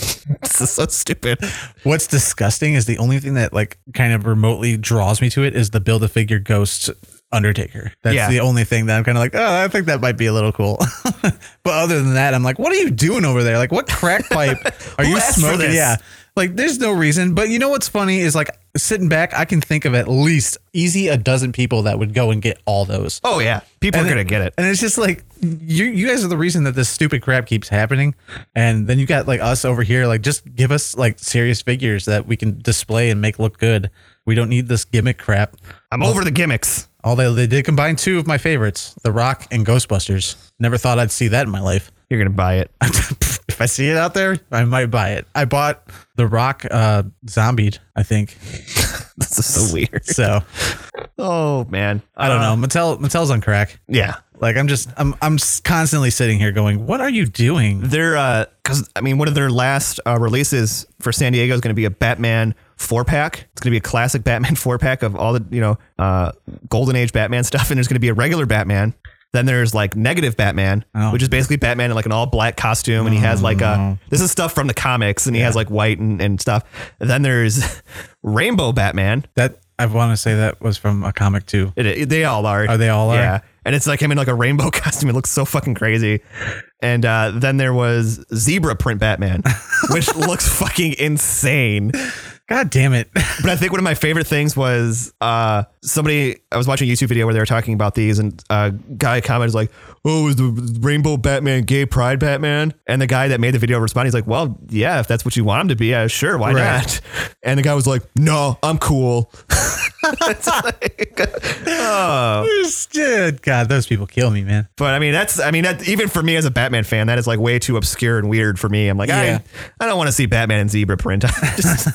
Speaker 1: this is so stupid.
Speaker 2: What's disgusting is the only thing that like kind of remotely draws me to it is the build a figure ghost Undertaker. That's
Speaker 1: Yeah.
Speaker 2: the only thing that I'm kind of like, oh, I think that might be a little cool. but other than that, I'm like, what are you doing over there? Like, what crack pipe are
Speaker 1: Who
Speaker 2: you
Speaker 1: asked for
Speaker 2: smoking?
Speaker 1: this?
Speaker 2: Yeah. Like, there's no reason. But you know what's funny is like sitting back, I can think of at least easy a dozen people that would go and get all those.
Speaker 1: Oh yeah, people are
Speaker 2: And
Speaker 1: going to get it.
Speaker 2: And it's just like you you guys are the reason that this stupid crap keeps happening. And then you got like us over here, like just give us like serious figures that we can display and make look good. We don't need this gimmick crap.
Speaker 1: I'm over the gimmicks.
Speaker 2: Although they did combine two of my favorites, The Rock and Ghostbusters. Never thought I'd see that in my life.
Speaker 1: You're going to buy it.
Speaker 2: if I see it out there, I might buy it. I bought The Rock uh zombied, I think.
Speaker 1: this is so weird.
Speaker 2: So
Speaker 1: Oh man,
Speaker 2: I don't know. Mattel Mattel's on crack.
Speaker 1: Yeah,
Speaker 2: Like I'm just I'm I'm s- constantly sitting here going, what are you doing?
Speaker 1: Their uh, because I mean, one of their last uh, releases for San Diego is going to be a Batman four pack. It's going to be a classic Batman four pack of all the you know uh, Golden Age Batman stuff, and there's going to be a regular Batman. Then there's like negative Batman,
Speaker 2: Oh.
Speaker 1: which is basically Batman in like an all black costume, and he has like a this is stuff from the comics, and he has like white and, and stuff. then there's Rainbow Batman.
Speaker 2: That I want to say that was from a comic too.
Speaker 1: It, it- they all are.
Speaker 2: Are they all are?
Speaker 1: Yeah. And it's like him in like a rainbow costume. It looks so fucking crazy. And uh, then there was zebra print Batman, which looks fucking insane.
Speaker 2: God damn it!
Speaker 1: But I think one of my favorite things was uh, somebody I was watching a YouTube video where they were talking about these, and a guy commented like, "Oh, is the rainbow Batman gay pride Batman?" And the guy that made the video responded, he's like, "Well, yeah, if that's what you want him to be, uh, sure, why
Speaker 2: Right.
Speaker 1: not?" And the guy was like, "No, I'm cool." It's like-
Speaker 2: Good God, those people kill me, man.
Speaker 1: But I mean, that's I mean, that, even for me as a Batman fan, that is like way too obscure and weird for me. I'm like,
Speaker 2: Yeah.
Speaker 1: I, I don't want to see Batman and zebra print. Just-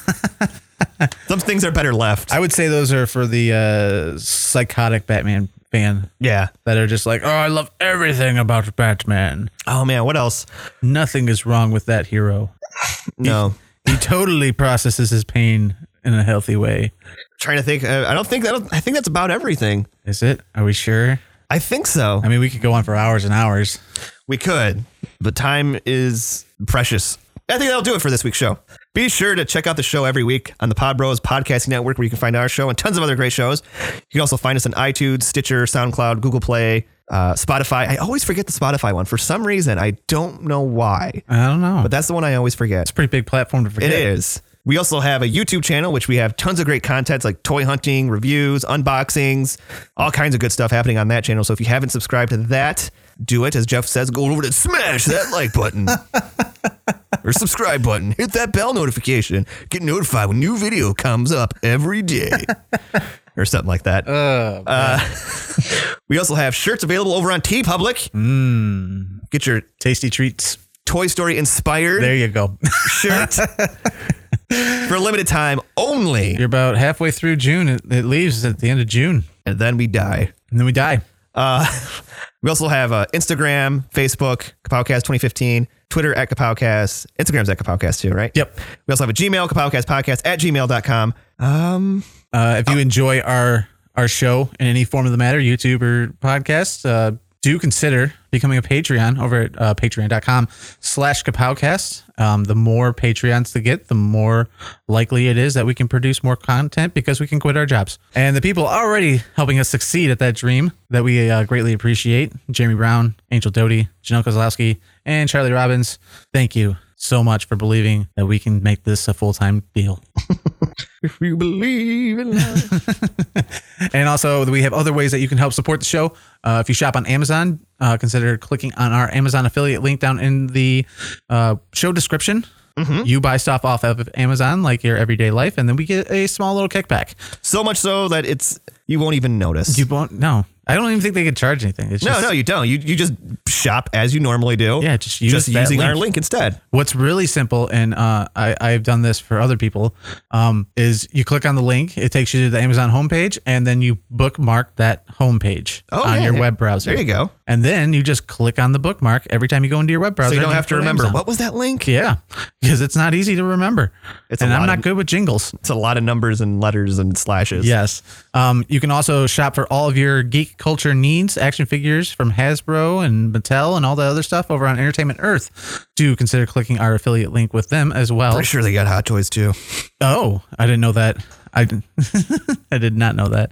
Speaker 1: some things are better left.
Speaker 2: I would say those are for the uh, psychotic Batman fan
Speaker 1: yeah.
Speaker 2: that are just like, oh, I love everything about Batman.
Speaker 1: Oh man, what else?
Speaker 2: Nothing is wrong with that hero.
Speaker 1: No.
Speaker 2: He totally processes his pain in a healthy way.
Speaker 1: Trying to think. Uh, I don't think that. I think that's about everything.
Speaker 2: Is it? Are we sure?
Speaker 1: I think so.
Speaker 2: I mean, we could go on for hours and hours.
Speaker 1: We could, but time is precious. I think that'll do it for this week's show. Be sure to check out the show every week on the Pod Bros Podcasting Network, where you can find our show and tons of other great shows. You can also find us on iTunes, Stitcher, SoundCloud, Google Play, uh, Spotify. I always forget the Spotify one for some reason. I don't know why,
Speaker 2: I don't know.
Speaker 1: but that's the one I always forget.
Speaker 2: Pretty big platform to forget.
Speaker 1: It is. We also have a YouTube channel, which we have tons of great content like toy hunting, reviews, unboxings, all kinds of good stuff happening on that channel. So if you haven't subscribed to that, do it. As Jeff says, go over to smash that like button or subscribe button. Hit that bell notification. Get notified when new video comes up every day or something like that. Uh, we also have shirts available over on T Public. Get your
Speaker 2: Tasty treats.
Speaker 1: Toy Story inspired
Speaker 2: There you go.
Speaker 1: shirt for a limited time only.
Speaker 2: You're about halfway through June. It, it leaves at the end of June,
Speaker 1: and then we die.
Speaker 2: and then we die.
Speaker 1: Uh, We also have uh, Instagram, Facebook, Kapowcast 2015, Twitter at Kapowcast, Instagram's at Kapowcast too, right?
Speaker 2: Yep.
Speaker 1: We also have a Gmail, Kapowcastpodcast at gmail.com.
Speaker 2: Uh, if you enjoy our our show in any form of the matter, YouTube or podcast, uh, do consider becoming a Patreon over at uh, patreon.com slash Kapowcast. Um, the more Patreons to get, the more likely it is that we can produce more content because we can quit our jobs. And the people already helping us succeed at that dream that we uh, greatly appreciate, Jeremy Brown, Angel Doty, Janelle Kozlowski, and Charlie Robbins, thank you so much for believing that we can make this a full-time deal.
Speaker 1: If you believe in love.
Speaker 2: And also, we have other ways that you can help support the show. Uh, if you shop on Amazon, uh, consider clicking on our Amazon affiliate link down in the uh, show description.
Speaker 1: Mm-hmm.
Speaker 2: You buy stuff off of Amazon like your everyday life, and then we get a small little kickback.
Speaker 1: so much so that it's you won't even notice.
Speaker 2: You won't. No, I don't even think they could charge anything. It's
Speaker 1: no,
Speaker 2: just,
Speaker 1: no, you don't. You you just shop as you normally do.
Speaker 2: Yeah, just use that
Speaker 1: using
Speaker 2: link.
Speaker 1: our link instead.
Speaker 2: What's really simple, and uh, I, I've done this for other people, um, is you click on the link, it takes you to the Amazon homepage, and then you bookmark that homepage
Speaker 1: Oh,
Speaker 2: on
Speaker 1: yeah,
Speaker 2: your
Speaker 1: yeah.
Speaker 2: web browser.
Speaker 1: There you go.
Speaker 2: And then you just click on the bookmark every time you go into your web browser.
Speaker 1: So you don't
Speaker 2: and
Speaker 1: have to
Speaker 2: for
Speaker 1: remember
Speaker 2: Amazon.
Speaker 1: what was that link?
Speaker 2: Yeah, because it's not easy to remember.
Speaker 1: It's a
Speaker 2: and
Speaker 1: lot
Speaker 2: I'm not
Speaker 1: of-
Speaker 2: good with jingles.
Speaker 1: It's a lot of numbers and letters and slashes.
Speaker 2: Yes. Um, you can also shop for all of your geek culture needs, action figures from Hasbro and Mattel and all the other stuff over on Entertainment Earth. Do consider clicking our affiliate link with them as well.
Speaker 1: Pretty sure they got hot toys too.
Speaker 2: Oh, I didn't know that. I didn't- I did not know that.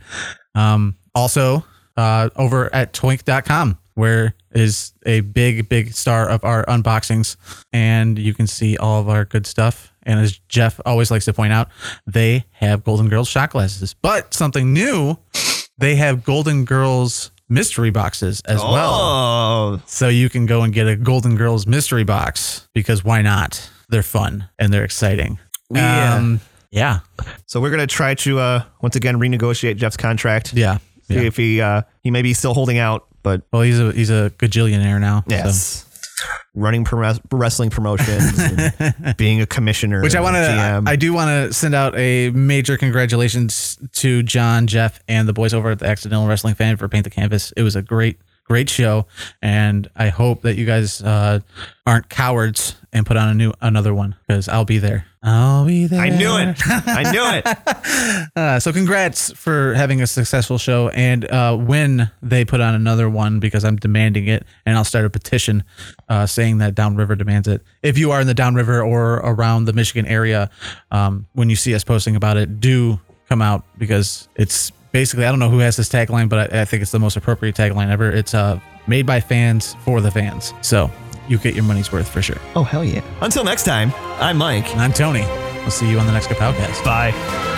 Speaker 2: Um, also, uh, over at twink.com, where is a big, big star of our unboxings, and you can see all of our good stuff. And as Jeff always likes to point out, they have Golden Girls shot glasses, but something new, they have Golden Girls mystery boxes as well.
Speaker 1: Oh,
Speaker 2: So you can go and get a Golden Girls mystery box because why not? They're fun and they're exciting. Um,
Speaker 1: Yeah.
Speaker 2: yeah.
Speaker 1: So we're gonna try to uh, once again renegotiate Jeff's contract.
Speaker 2: Yeah.
Speaker 1: See
Speaker 2: Yeah.
Speaker 1: if he uh, he may be still holding out, but
Speaker 2: Well, he's a he's a gajillionaire now. so.
Speaker 1: yes, running pro- wrestling promotions, and being a commissioner,
Speaker 2: Which I
Speaker 1: and
Speaker 2: want to,
Speaker 1: GM.
Speaker 2: I do want to send out a major congratulations to John, Jeff, and the boys over at the Accidental Wrestling Fan for Paint the Canvas. It was a great, great show, and I hope that you guys uh, aren't cowards and put on a new another one because I'll be there. I'll be there.
Speaker 1: I knew it. I knew it.
Speaker 2: Uh, so congrats for having a successful show and uh, when they put on another one because i'm demanding it and i'll start a petition uh, saying that downriver demands it if you are in the downriver or around the michigan area um, when you see us posting about it do come out because it's basically i don't know who has this tagline but i, I think it's the most appropriate tagline ever it's uh, made by fans for the fans so you get your money's worth for sure
Speaker 1: Oh hell yeah! Until next time, I'm Mike.
Speaker 2: and i'm tony we'll see you on the next podcast
Speaker 1: Bye.